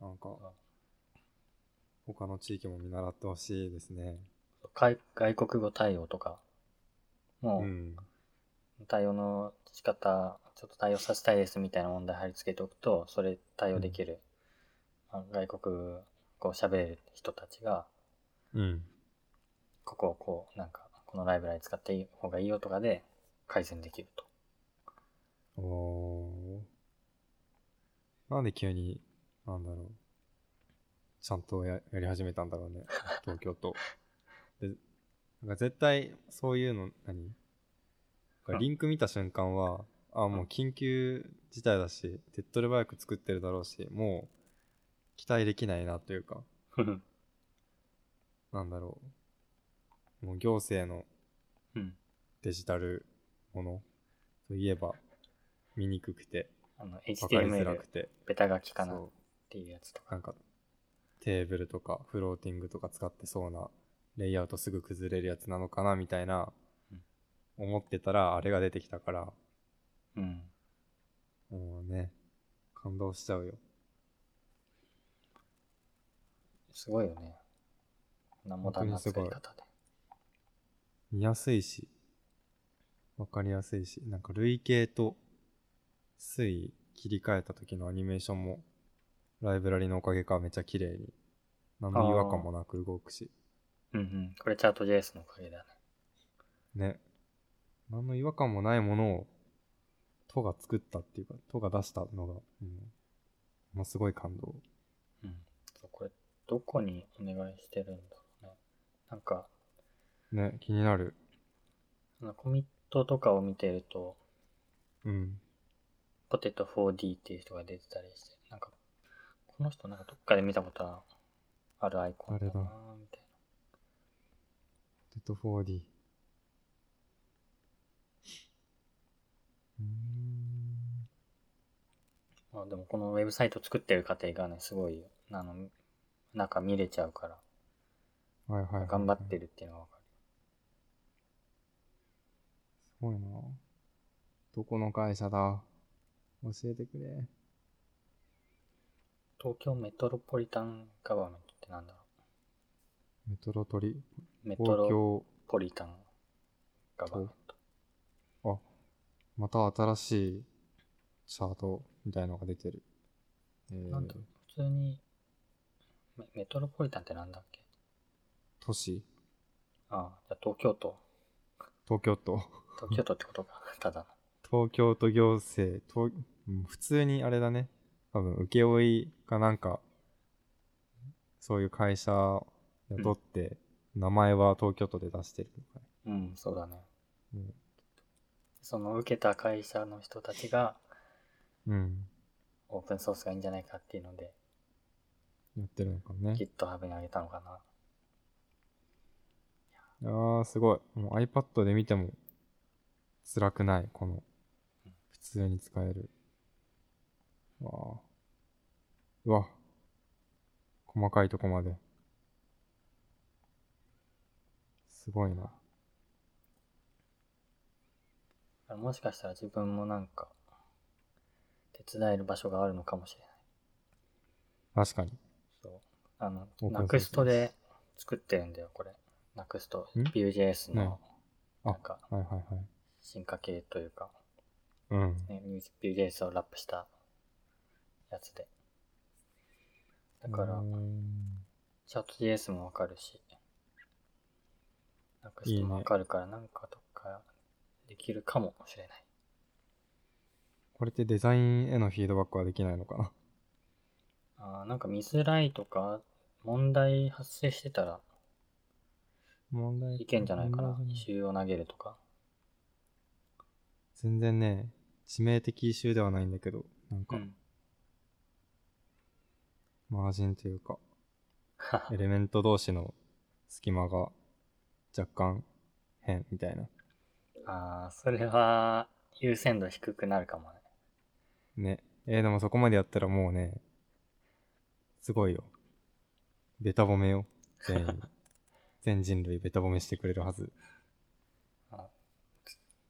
S1: なんか、他の地域も見習ってほしいですね。
S2: 外外国語対応とか、
S1: う
S2: も
S1: ん。
S2: う対応の仕方、ちょっと対応させたいですみたいな問題貼り付けておくと、それ対応できる、あ外国語喋れる人たちが、
S1: うん。
S2: ここをこう、なんか、このライブラリ使っていい方がいいよとかで改善できると。
S1: おー。なんで急に、なんだろう。ちゃんとややり始めたんだろう ね。東京都。で、なんか絶対、そういうの、何なんかリンク見た瞬間は、あ、もう緊急事態だし、手っ取り早く作ってるだろうし、もう、期待できないなというか、
S2: うん。
S1: なんだろう。もう行政の
S2: うん。
S1: デジタルものといえば、醜くて、
S2: あの、
S1: わかりづら
S2: HTML
S1: く、て、
S2: ベタ書きかなっ
S1: そう
S2: ていうやつとか。
S1: なんか、テーブルとかフローティングとか使ってそうな、レイアウトすぐ崩れるやつなのかなみたいな
S2: うん、
S1: 思ってたら、あれが出てきたから、
S2: うん。
S1: もうね、感動しちゃうよ。
S2: すごいよね。こんなモダンな作り方で。
S1: 見やすいし、わかりやすいし、なんか類型と推移切り替えた時のアニメーションも、ライブラリのおかげかめちゃ綺麗に、何の違和感もなく動くし、
S2: うんうん。これチャート JS のおかげだね。
S1: ね。何の違和感もないものを、都が作ったっていうか、都が出したのが、うん、ものすごい感動。
S2: うん。そうこれ、どこにお願いしてるんだろうね。なんか、
S1: ね、気になる。
S2: そのコミットとかを見てると、
S1: うん。
S2: ポテト 4D っていう人が出てたりして、なんか、この人なんかどっかで見たことあるアイコンだな
S1: 誰
S2: ぁ、みたい
S1: テト 4D。うーん。
S2: な。まあでもこのウェブサイト作ってる過程がね、すごい、あの、なんか見れちゃうから、
S1: はいはいはい、
S2: 頑張って。るっていうのがわかる。
S1: すごいなどこの会社だ教えてくれ。
S2: 東京メトロポリタンガバメントってなんだろ
S1: メトロトリ、
S2: うメト
S1: 東
S2: ロ
S1: 京、
S2: ポリタンガバメント。
S1: あ、また新しいチャートみたいのが出てる。えー
S2: なんだろう普通にメ、メトロポリタンってなんだっけ
S1: 都市
S2: ああ、じゃあ東京都。
S1: 東京都。
S2: 東京都ってことか、 ただの。
S1: 東京都行政、東うん普通にあれだね。多分、請負いかなんか、そういう会社雇って、名前は東京都で出してるのか
S2: うん、そうだね。
S1: ね、
S2: その受けた会社の人たちが
S1: うん。うん。
S2: オープンソースがいいんじゃないかっていうので
S1: やってるのかね。
S2: GitHub にあげたのかな。
S1: ああ、すごい。もう iPad で見ても辛くない。この、普通に使える。わあうわ。細かいとこまで。すごいな。
S2: だからもしかしたら自分もなんか、手伝える場所があるのかもしれない。
S1: 確かに。
S2: そう。あの、
S1: 僕は
S2: ナクストで作ってるんだよ、これ。ナクスト、
S1: ん
S2: Vue.js の、
S1: うんあ
S2: なんか、
S1: はいはいはい。
S2: 進化系というか、
S1: うん。
S2: ね、Vue.js をラップしたやつで。だから
S1: うー、ん
S2: チャット JS もわかるし、ナク
S1: い
S2: ス
S1: い
S2: ト
S1: ね
S2: もわかるから、なんかどっかできるかもしれない。
S1: これってデザインへのフィードバックはできないのかな
S2: あーなんか見づらいとか、問題発生してたら
S1: 問題
S2: いけんじゃないかな
S1: 問題。じゃ
S2: 石油を投げるとか。
S1: 全然ね、致命的異臭ではないんだけど、なん
S2: う
S1: か、
S2: ん。
S1: マージンというか、エレメント同士の隙間が若干変みたいな。
S2: ああ、それは優先度低くなるかもね。
S1: ね。えー、でもそこまでやったらもうね、すごいよ。ベタ褒め よ。全員。全人類ベタ褒めしてくれるはず。
S2: あ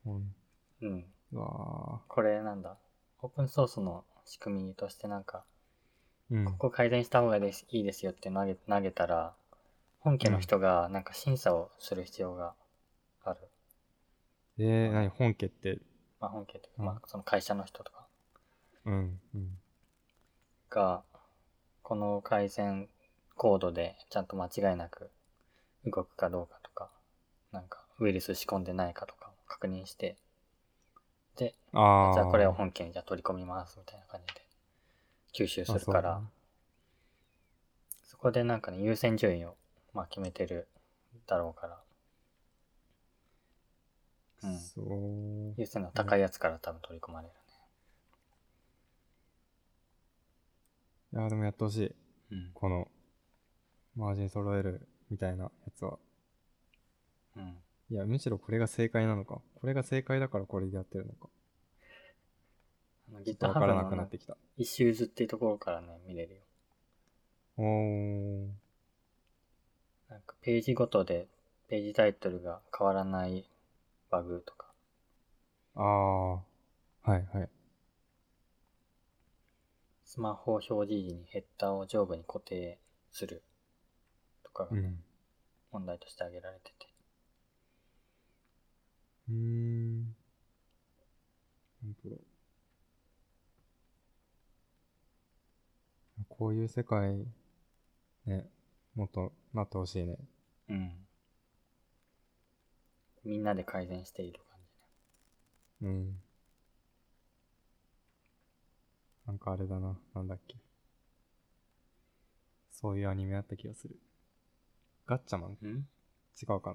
S1: うん、
S2: うん。
S1: うわ
S2: これなんだ。オープンソースの仕組みとしてなんか、
S1: ーうん。
S2: ここ改善した方がいいですいいですよって投げ投げたら、本家の人がなんか審査をする必要がある。
S1: えー、何本家って、
S2: まあ本家というか、
S1: うん
S2: まあその会社の人とか
S1: うん、うん。
S2: が、この改善コードでちゃんと間違いなく動くかどうかとか、なんかウイルス仕込んでないかとか確認して、で、
S1: ああ。
S2: じゃあこれを本件にじゃあ取り込みますみたいな感じで吸収するから
S1: あそう
S2: そこでなんかね優先順位をまあ決めてるだろうからうん
S1: そう。
S2: 優先の高いやつから多分取り込まれる
S1: いや、でもやってほしい。
S2: ね
S1: この、マージン揃えるみたいなやつは。
S2: うん、うん、
S1: いや、むしろこれが正解なのか。これが正解だからこれでやってるのか。
S2: あの
S1: ちょっ
S2: GitHub
S1: とわからなくな
S2: の
S1: ってきた。
S2: イシューズっていうところからね見れるよ
S1: おー。
S2: なんかページごとでページタイトルが変わらないバグとか
S1: ああ。はいはい。
S2: スマホ表示時にヘッダーを上部に固定するとかが
S1: うん。
S2: 問題として挙げられてて、
S1: うーん。本当だ。こういう世界、ね、もっとなってほしいね。
S2: うん。みんなで改善している感
S1: うん。なんかあれだな。なんだっけ。そういうアニメあった気がする。ガッチャマン
S2: じ。うん
S1: 違うか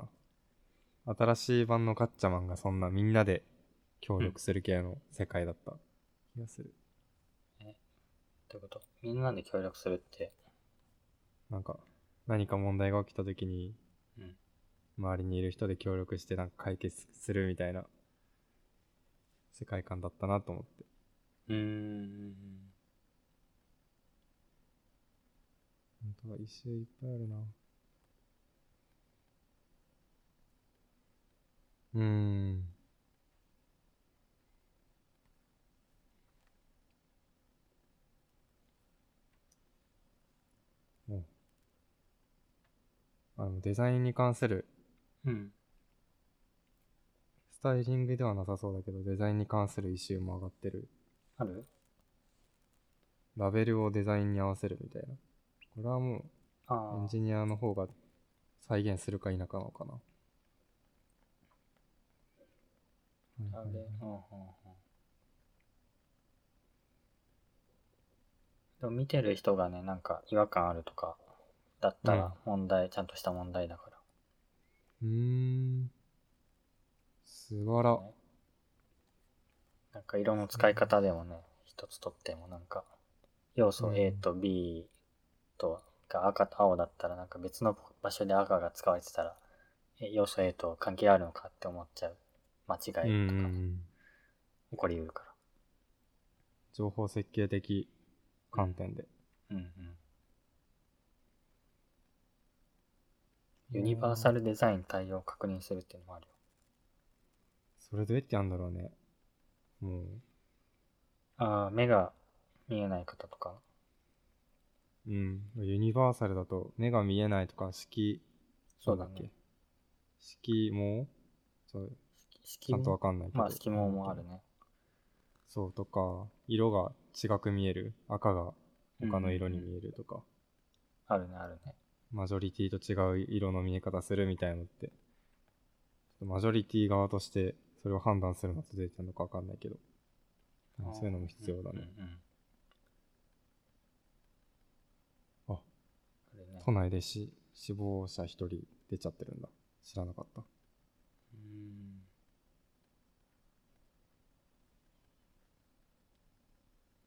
S1: な。新しい版のガッチャマンがそんなみんなで協力する系の世界だった気がする。
S2: ということ。みんなで協力するって、
S1: なんか、何か問題が起きた時に、
S2: うん
S1: 周りにいる人で協力してなんか解決するみたいな世界観だったなと思って。
S2: うーん。
S1: 本当は一周いっぱいあるな。うーん。おあの、デザインに関する、
S2: うん。
S1: スタイリングではなさそうだけど、デザインに関する一周も上がってる。
S2: ある
S1: ラベルをデザインに合わせるみたいな。これはもう、
S2: あ
S1: エン
S2: あ。
S1: ジニアの方が再現するか否かなのかな。
S2: あれ。うんうんうん。でも見てる人がね、なんか違和感あるとか、だった
S1: うん
S2: ら問題、ちゃんとした問題だか
S1: うーん。すばら
S2: ら。。ね。なんか色の使い方でもね、一つとってもなんか、要素
S1: うん
S2: A と B とが赤と青だったらなんか別の場所で赤が使われてたら、え要素 A と関係あるのかって思っちゃう間
S1: う
S2: 違いとか
S1: ん。
S2: 起こりうるか
S1: 情報設計的観点で。
S2: うんうん。ユニバーサルデザイン対応を確認するっていうのもあるよ。
S1: それどうやってやるんだろうね。もう、
S2: ああ、目が見えない方とか。
S1: うん。ユニバーサルだと目が見えないとか、色、
S2: そうだね
S1: なんっけ。色も、そうちゃ
S2: 色
S1: んとわ
S2: も、
S1: かんないけど。
S2: まあ、色盲もあるね。
S1: そうとか、色が違く見える。赤が他の色に
S2: うんうんうん
S1: 見えるとか、
S2: あるね、あるね。
S1: マジョリティと違う色の見え方するみたいなのって、ちょっとマジョリティ側としてそれを判断するのって出てたのかわかんないけど、うんそういうのも必要だね。
S2: うんうんうん
S1: あ
S2: これね
S1: 都内でし死亡者1人出ちゃってるんだ。知らなかった。
S2: うん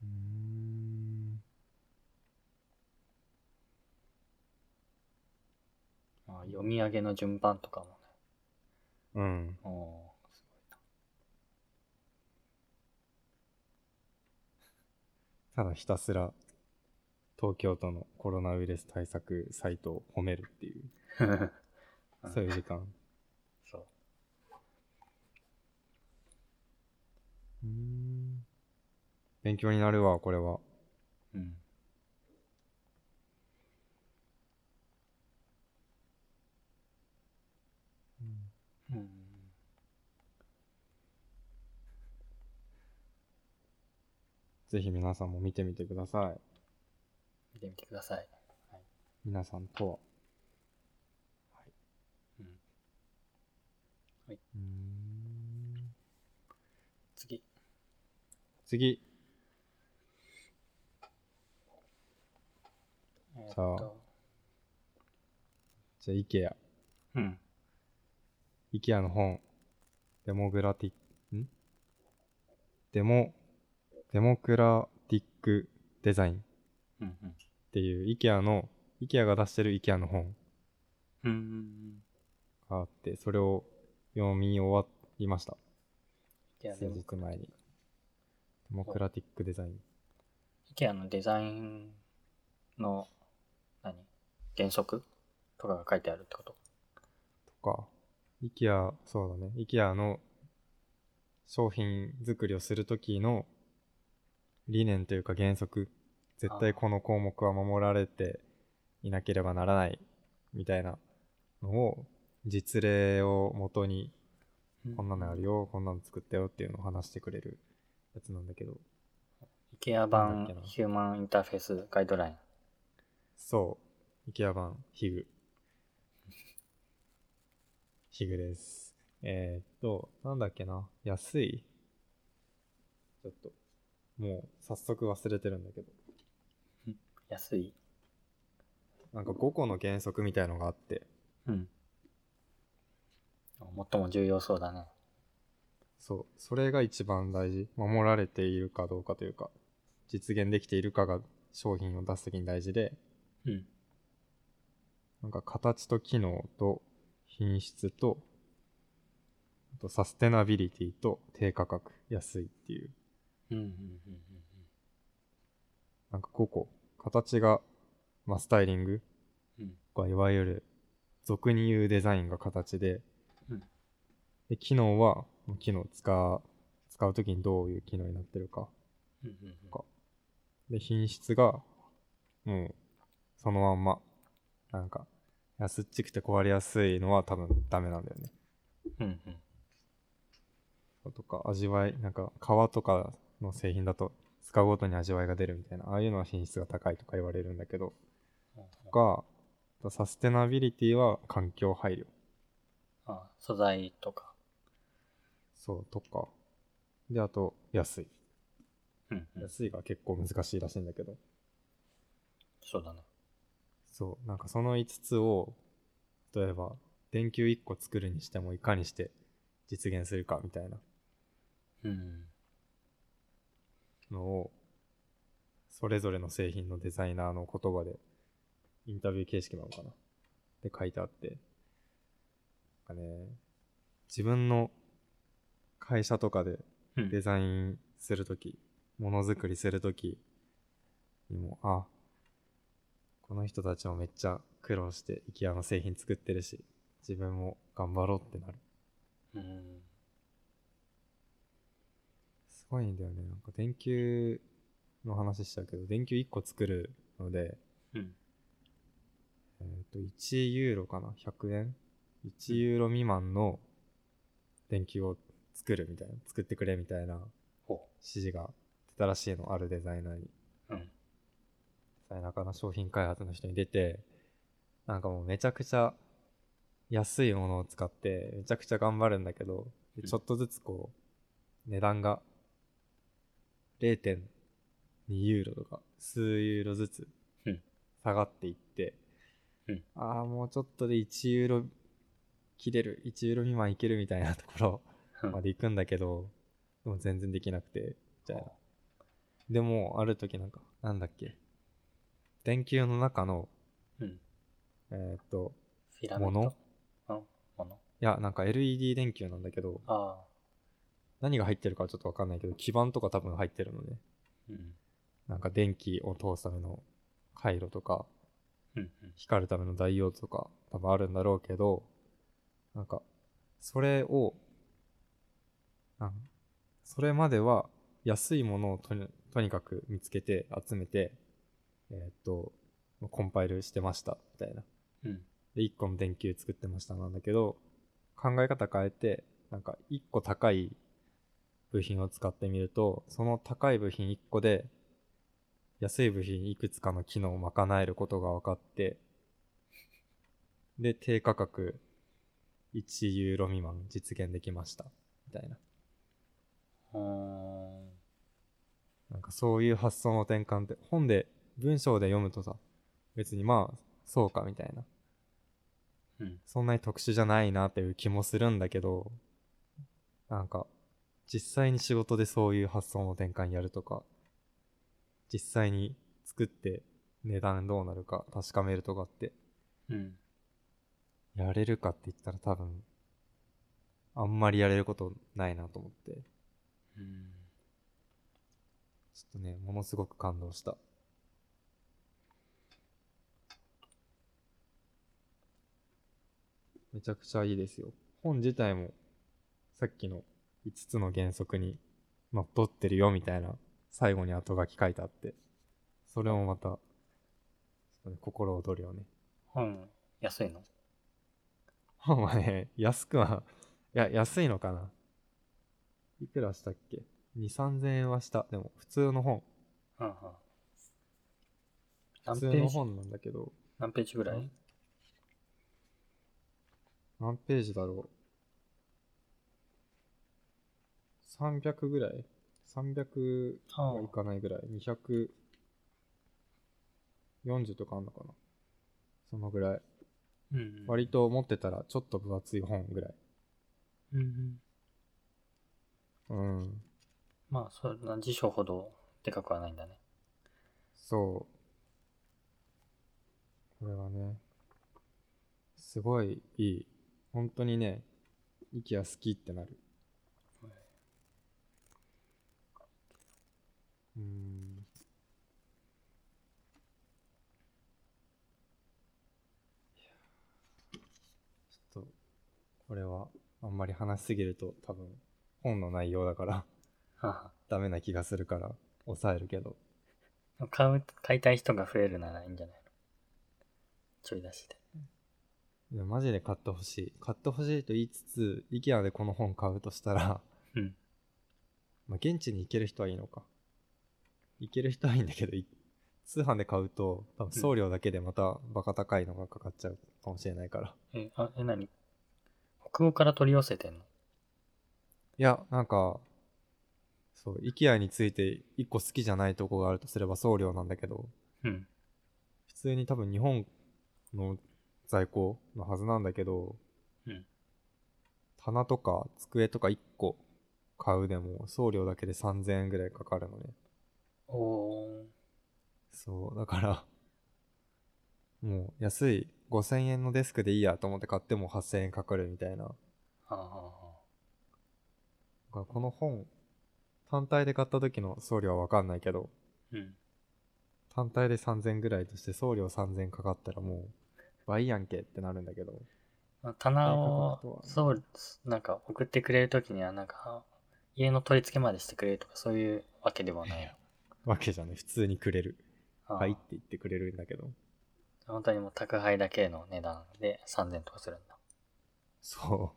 S1: うん。
S2: まあ、読み上げの順番とかもね。
S1: うん。
S2: おおーす
S1: ただひたすら、東京都のコロナウイルス対策サイトを褒めるっていう、
S2: ごいな。うん
S1: そういう時間。
S2: そう。
S1: うん。勉強になるわ、これは。
S2: うん。うん。
S1: ぜひ皆さんも見てみてください。
S2: 見てみてください。
S1: 皆さんとは。はい。
S2: うんはいう
S1: ーん
S2: 次。
S1: 次。
S2: えー
S1: さあ
S2: っと。
S1: じゃあ、IKEA。
S2: うん。
S1: IKEA の本。デモグラティック、んデモ、デモクラティックデザインっ
S2: うんうん。
S1: ていう IKEA の、IKEA が出してる IKEA の本
S2: うんうん。
S1: があって、それを読み終わりました。
S2: いや、
S1: 数
S2: でも、
S1: 日前に。デモクラティックデザイン。
S2: IKEA のデザインの、何原則とかが書いてあるってこと
S1: とか、IKEA、そうだね、IKEA の商品作りをするときの理念というか原則、絶対この項目は守られていなければならないみたいなのを実例をもとに、こんなのあるよ、こんなの作ったよっていうのを話してくれるやつなんだけど、
S2: IKEA
S1: なんだっけな
S2: 版ヒューマンインターフェースガイドライン。
S1: そう、IKEA 版ヒグ。ヒグです。えー、っと、なんだっけな、安いちょっと、もう早速忘れてるんだけど、
S2: 安い。
S1: なんか5個の原則みたいのがあって、
S2: うん。最も重要そうだね。
S1: そう、それが一番大事。守られているかどうかというか、実現できているかが商品を出すときに大事で、
S2: うん。
S1: なんか形と機能と品質と、あとサステナビリティと低価格、安いっていう、
S2: うんうんうん
S1: なんか5個、形が、まあ、スタイリング
S2: うんうん。
S1: がいわゆる、俗に言うデザインが形で、
S2: うん
S1: で、機能は、機能使う、使うときにどういう機能になってるか。
S2: うんうんうん
S1: かで、品質が、もう、そのまんま、なんか、安っちくて壊れやすいのは多分ダメなんだよね。
S2: うんうん。
S1: とか、味わい、なんか、革とかの製品だと、使うごとに味わいが出るみたいな、ああいうのは品質が高いとか言われるんだけど、とか、あとサステナビリティは環境配慮。
S2: あ素材とか。
S1: そう、とか。で、あと、安い。
S2: うんうん。
S1: 安いが結構難しいらしいんだけど。
S2: そうだね。
S1: そう、なんかその5つを、例えば、電球1個作るにしても、いかにして実現するかみたいな
S2: うん。
S1: のを、それぞれの製品のデザイナーの言葉で、インタビュー形式なのかなって書いてあって、なんかね、自分の会社とかで
S2: うん
S1: デザインするとき、ものづくりするときにも、あ、この人たちもめっちゃ苦労して、IKEA の製品作ってるし、自分も頑張ろうってなる。
S2: うん。
S1: すごいんだよね。なんか電球の話したけど、電球1個作るので、
S2: うん。
S1: えっ、と、1ユーロかな ?100 円 ?1 ユーロ未満の電球を作るみたいな、作ってくれみたいな
S2: お
S1: 指示が出たらしいの、あるデザイナーに。
S2: うん。
S1: さなかな商品開発の人に出て、なんかもうめちゃくちゃ安いものを使って、めちゃくちゃ頑張るんだけど、で
S2: うん
S1: ちょっとずつこう、値段が0.2ユーロとか、数ユーロずつ
S2: うん
S1: 下がっていって、
S2: うん
S1: ああ、もうちょっとで1ユーロ切れる、1ユーロ未満いけるみたいなところ
S2: うん
S1: まで行くんだけど、でも全然できなくて、みたいな。でも、ある時なんか、なんだっけ、電球の中の、
S2: うん。
S1: えーっと、
S2: フィラメ
S1: も
S2: ント。
S1: の
S2: うんもの
S1: いや、なんか LED 電球なんだけど、
S2: ああ。
S1: 何が入ってるかはちょっとわかんないけど、基板とか多分入ってるのね。
S2: うん。
S1: なんか電気を通すための回路とか、
S2: うん。
S1: 光るためのダイオードとか多分あるんだろうけど、なんか、それを、なんそれまでは安いものをとにとにかく見つけて集めて、えーっと、コンパイルしてました、みたいな。
S2: うん。うん。
S1: で、1個の電球作ってましたなんだけど、考え方変えて、なんか1個高い部品を使ってみると、その高い部品1個で、安い部品いくつかの機能を賄えることが分かって、で、低価格1ユーロ未満実現できました。みたいな。
S2: うーん。
S1: なんかそういう発想の転換って、本で、文章で読むとさ、別にまあ、そうかみたいな。
S2: うん。
S1: そんなに特殊じゃないなっていう気もするんだけど、なんか、実際に仕事でそういう発想の転換やるとか、実際に作って値段どうなるか確かめるとかって、
S2: うん。
S1: やれるかって言ったら多分、あんまりやれることないなと思って、ちょ
S2: うん。
S1: っとね、ものすごく感動した。めちゃくちゃいいですよ。本自体も、さっきの5つの原則にのっとってるよみたいな、最後に後書き書いてあって、それもまた、ちょっとね心躍るよね。
S2: 本、安いの
S1: 本はね、安くは、いや、安いのかな。いくらしたっけ ?2、3000円はした。でも、普通の本。
S2: うんうん。
S1: 普
S2: 何ペ
S1: 通
S2: ー
S1: の
S2: ジ
S1: 本なんだけど、
S2: 何ページぐらい
S1: 何ページだろう。300ぐらい ?300
S2: あ
S1: はいかないぐらい。240とかあんのかな。そのぐらい。
S2: うん。
S1: 割と持ってたら、ちょっと分厚い本ぐらい。
S2: うんうん。
S1: うん。
S2: まあ、そんな辞書ほどでかくはないんだね。
S1: そう。これはね、すごいいい。本当にね、IKEA 好きってなる。うーん。ちょっと、これは、あんまり話しすぎると多分、本の内容だから、
S2: はは。
S1: ダメな気がするから、抑えるけど。
S2: 買う、買いたい人が増えるならいいんじゃないのちょい出しで。
S1: いやマジで買ってほしい。買ってほしいと言いつつ、IKEA でこの本買うとしたら、
S2: うん。
S1: まあ、現地に行ける人はいいのか。行ける人はいいんだけど、い通販で買うと、多分送料だけでまたバカ高いのがかかっちゃうかもしれないから。
S2: え、あ、え、何北欧から取り寄せてんの
S1: いや、なんか、そう、IKEA について一個好きじゃないとこがあるとすれば送料なんだけど、
S2: うん。
S1: 普通に多分日本の在庫のはずなんだけど、
S2: うん
S1: 棚とか机とか1個買うでも送料だけで3000円ぐらいかかるのね
S2: おー。
S1: そうだからもう安い5000円のデスクでいいやと思って買っても8000円かかるみたいなだか
S2: はあはあはあ。
S1: らこの本単体で買った時の送料はわかんないけど、
S2: うん。
S1: 単体で3000ぐらいとして送料3000かかったらもう、倍やんけってなるんだけど。
S2: まあ棚
S1: 外国の
S2: を、
S1: 人
S2: そう、なんか送ってくれるときには、なんか、家の取り付けまでしてくれるとか、そういうわけではない。
S1: わけじゃね、普通にくれる。
S2: ああ
S1: はいって言ってくれるんだけど。
S2: 本当にもう宅配だけの値段で3000とかするんだ。
S1: そ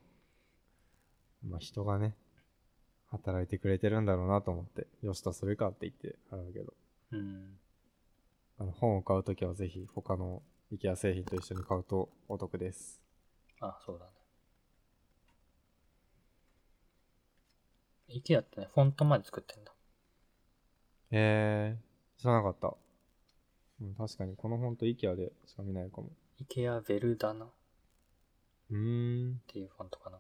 S1: う。まあ人がね、働いてくれてるんだろうなと思って、よしとするかって言って払うけど。
S2: うん。
S1: あの本を買うときはぜひ他の IKEA 製品と一緒に買うとお得です。
S2: あ、そうだね。IKEA ってね、フォントまで作ってんだ。
S1: えー、知らなかった。うん、確かにこの本と IKEA でしか見ないかも。
S2: IKEA ベルダナっ
S1: うーん。
S2: ていうフォントかな。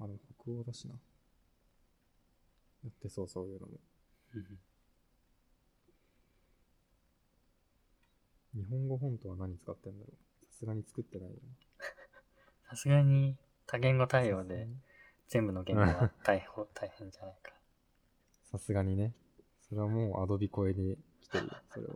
S1: あの、北欧だしな。やってそう、そういうのも。日本語本とは何使ってんだろう。さすがに作ってないよ
S2: さすがに多言語
S1: な。
S2: 対応で
S1: さすがに
S2: 全部の言語は大変大変じゃないか。
S1: さすがにね。それはもうアドビ超えで来てるよ、それは。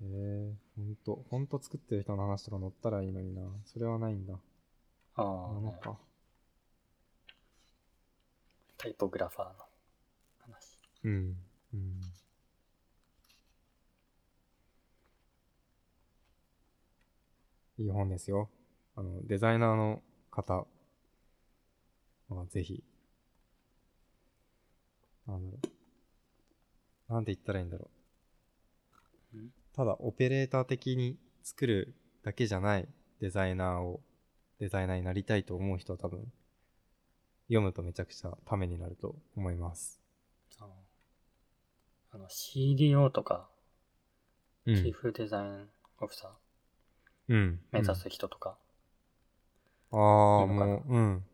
S2: うん
S1: えー、ほんと、ほんと作ってる人の話とか載ったらいいのにな。それはないんだ。
S2: あ
S1: な
S2: あ、
S1: の
S2: ね、
S1: か。
S2: タイポグラファーの話。。
S1: うん。うん。いい本ですよ。あの、デザイナーの方はぜひ、なんだろう。なんて言ったらいいんだろうんただ、オペレーター的に作るだけじゃないデザイナーを、デザイナーになりたいと思う人は多分、読むとめちゃくちゃためになると思います。
S2: ああの CDO とか、
S1: う
S2: チー
S1: ん。
S2: フデザインオフィサー
S1: うん。
S2: 目指す人とか、
S1: うん。ああ、
S2: いいのかな
S1: もう、うん。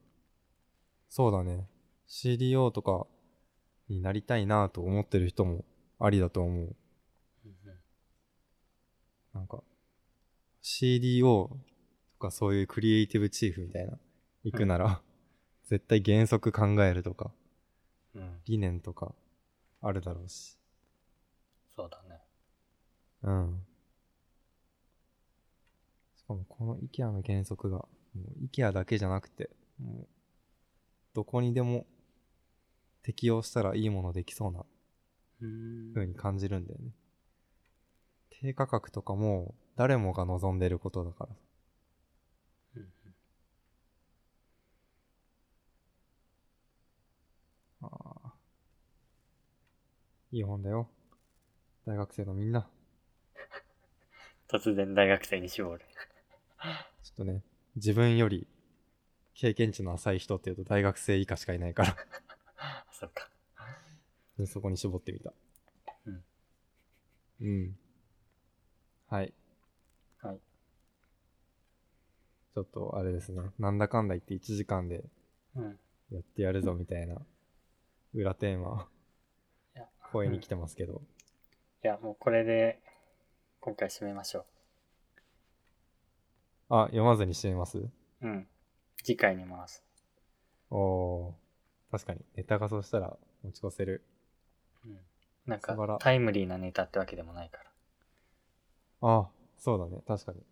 S1: そうだね。CDO とかになりたいなと思ってる人もありだと思う。
S2: うんうん
S1: なんか、CDO とかそういうクリエイティブチーフみたいな、行くなら、絶対原則考えるとか、
S2: うん、
S1: 理念とか、あるだろうし。
S2: そうだね。
S1: うん。しかもこの IKEA の原則が、もう IKEA だけじゃなくて、もう、どこにでも適用したらいいものできそうな
S2: うーん
S1: 風に感じるんだよね。低価格とかも誰もが望んでることだから。
S2: うんうん
S1: ああ。いい本だよ。大学生のみんな。
S2: 突然大学生に絞る。
S1: ちょっとね、自分より経験値の浅い人っていうと大学生以下しかいないから。
S2: あ そうか。
S1: でそこに絞ってみた。
S2: うん。
S1: うん。はい。
S2: はい。
S1: ちょっとあれですね。なんだかんだ言って1時間で
S2: うん。
S1: やってやるぞみたいな裏テーマ
S2: いや、
S1: 声に来てますけど。
S2: いや、もうこれで、今回締めましょ
S1: あ、読まずにしてみます
S2: う。うん。次回に回す。
S1: おー。確かに、ネタがそうしたら持ち越せる。
S2: うん。なんか
S1: 素晴ら、
S2: タイムリーなネタってわけでもないから。
S1: あ、そうだね。確かに。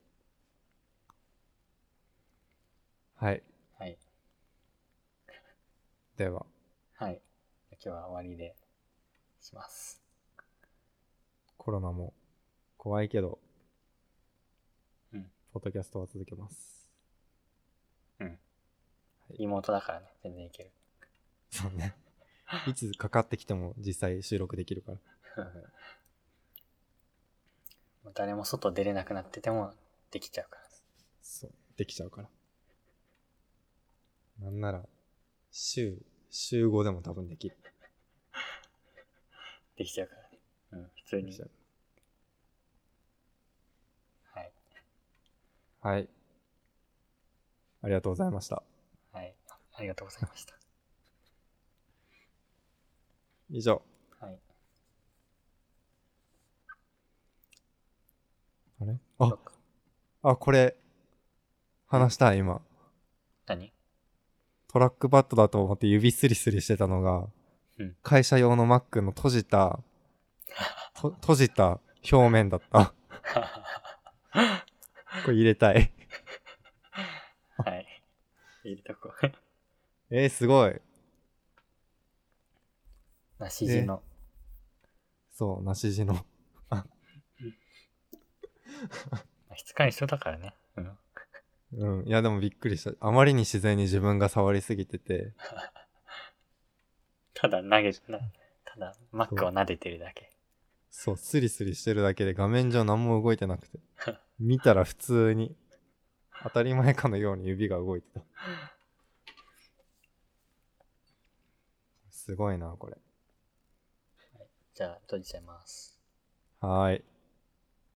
S1: はい。
S2: はい。
S1: では。
S2: はい。今日は終わりで、します。
S1: コロナも怖いけど、
S2: うん
S1: ポッドキャストは続けます。
S2: 妹だからね、全然いける。
S1: そうね。いつかかってきても実際収録できるから。
S2: もう誰も外出れなくなってても、できちゃうから。
S1: そう。できちゃうから。なんなら、週、週5でも多分できる。
S2: できちゃうからね。うん、普通
S1: でき
S2: に
S1: ちゃ。う
S2: はい。
S1: はい。ありがとうございました。
S2: はい。ありがとうございました。
S1: 以上。
S2: はい。
S1: あれ
S2: そ
S1: あ
S2: っ、か
S1: あ、これ、話したい、今。
S2: 何
S1: トラックパッドだと思って指スリスリしてたのが、
S2: うん
S1: 会社用の Mac の閉じ た、と閉じた表面だ った。これ入れたい。
S2: はい。入れと こう。
S1: えー、すごい。
S2: なしじの。
S1: そう、なし地の。
S2: 質感一緒だからね。うん。
S1: う ん。いや、でもびっくりした。あまりに自然に自分が触りすぎてて。
S2: ただ投げ、なただ、マックを撫でてるだけ。
S1: そう、スリスリしてるだけで画面上何も動いてな くて。見たら普通に、当たり前かのように指が動いて た。すごいな、これ。
S2: じゃあ、閉じちゃいます。
S1: はーい。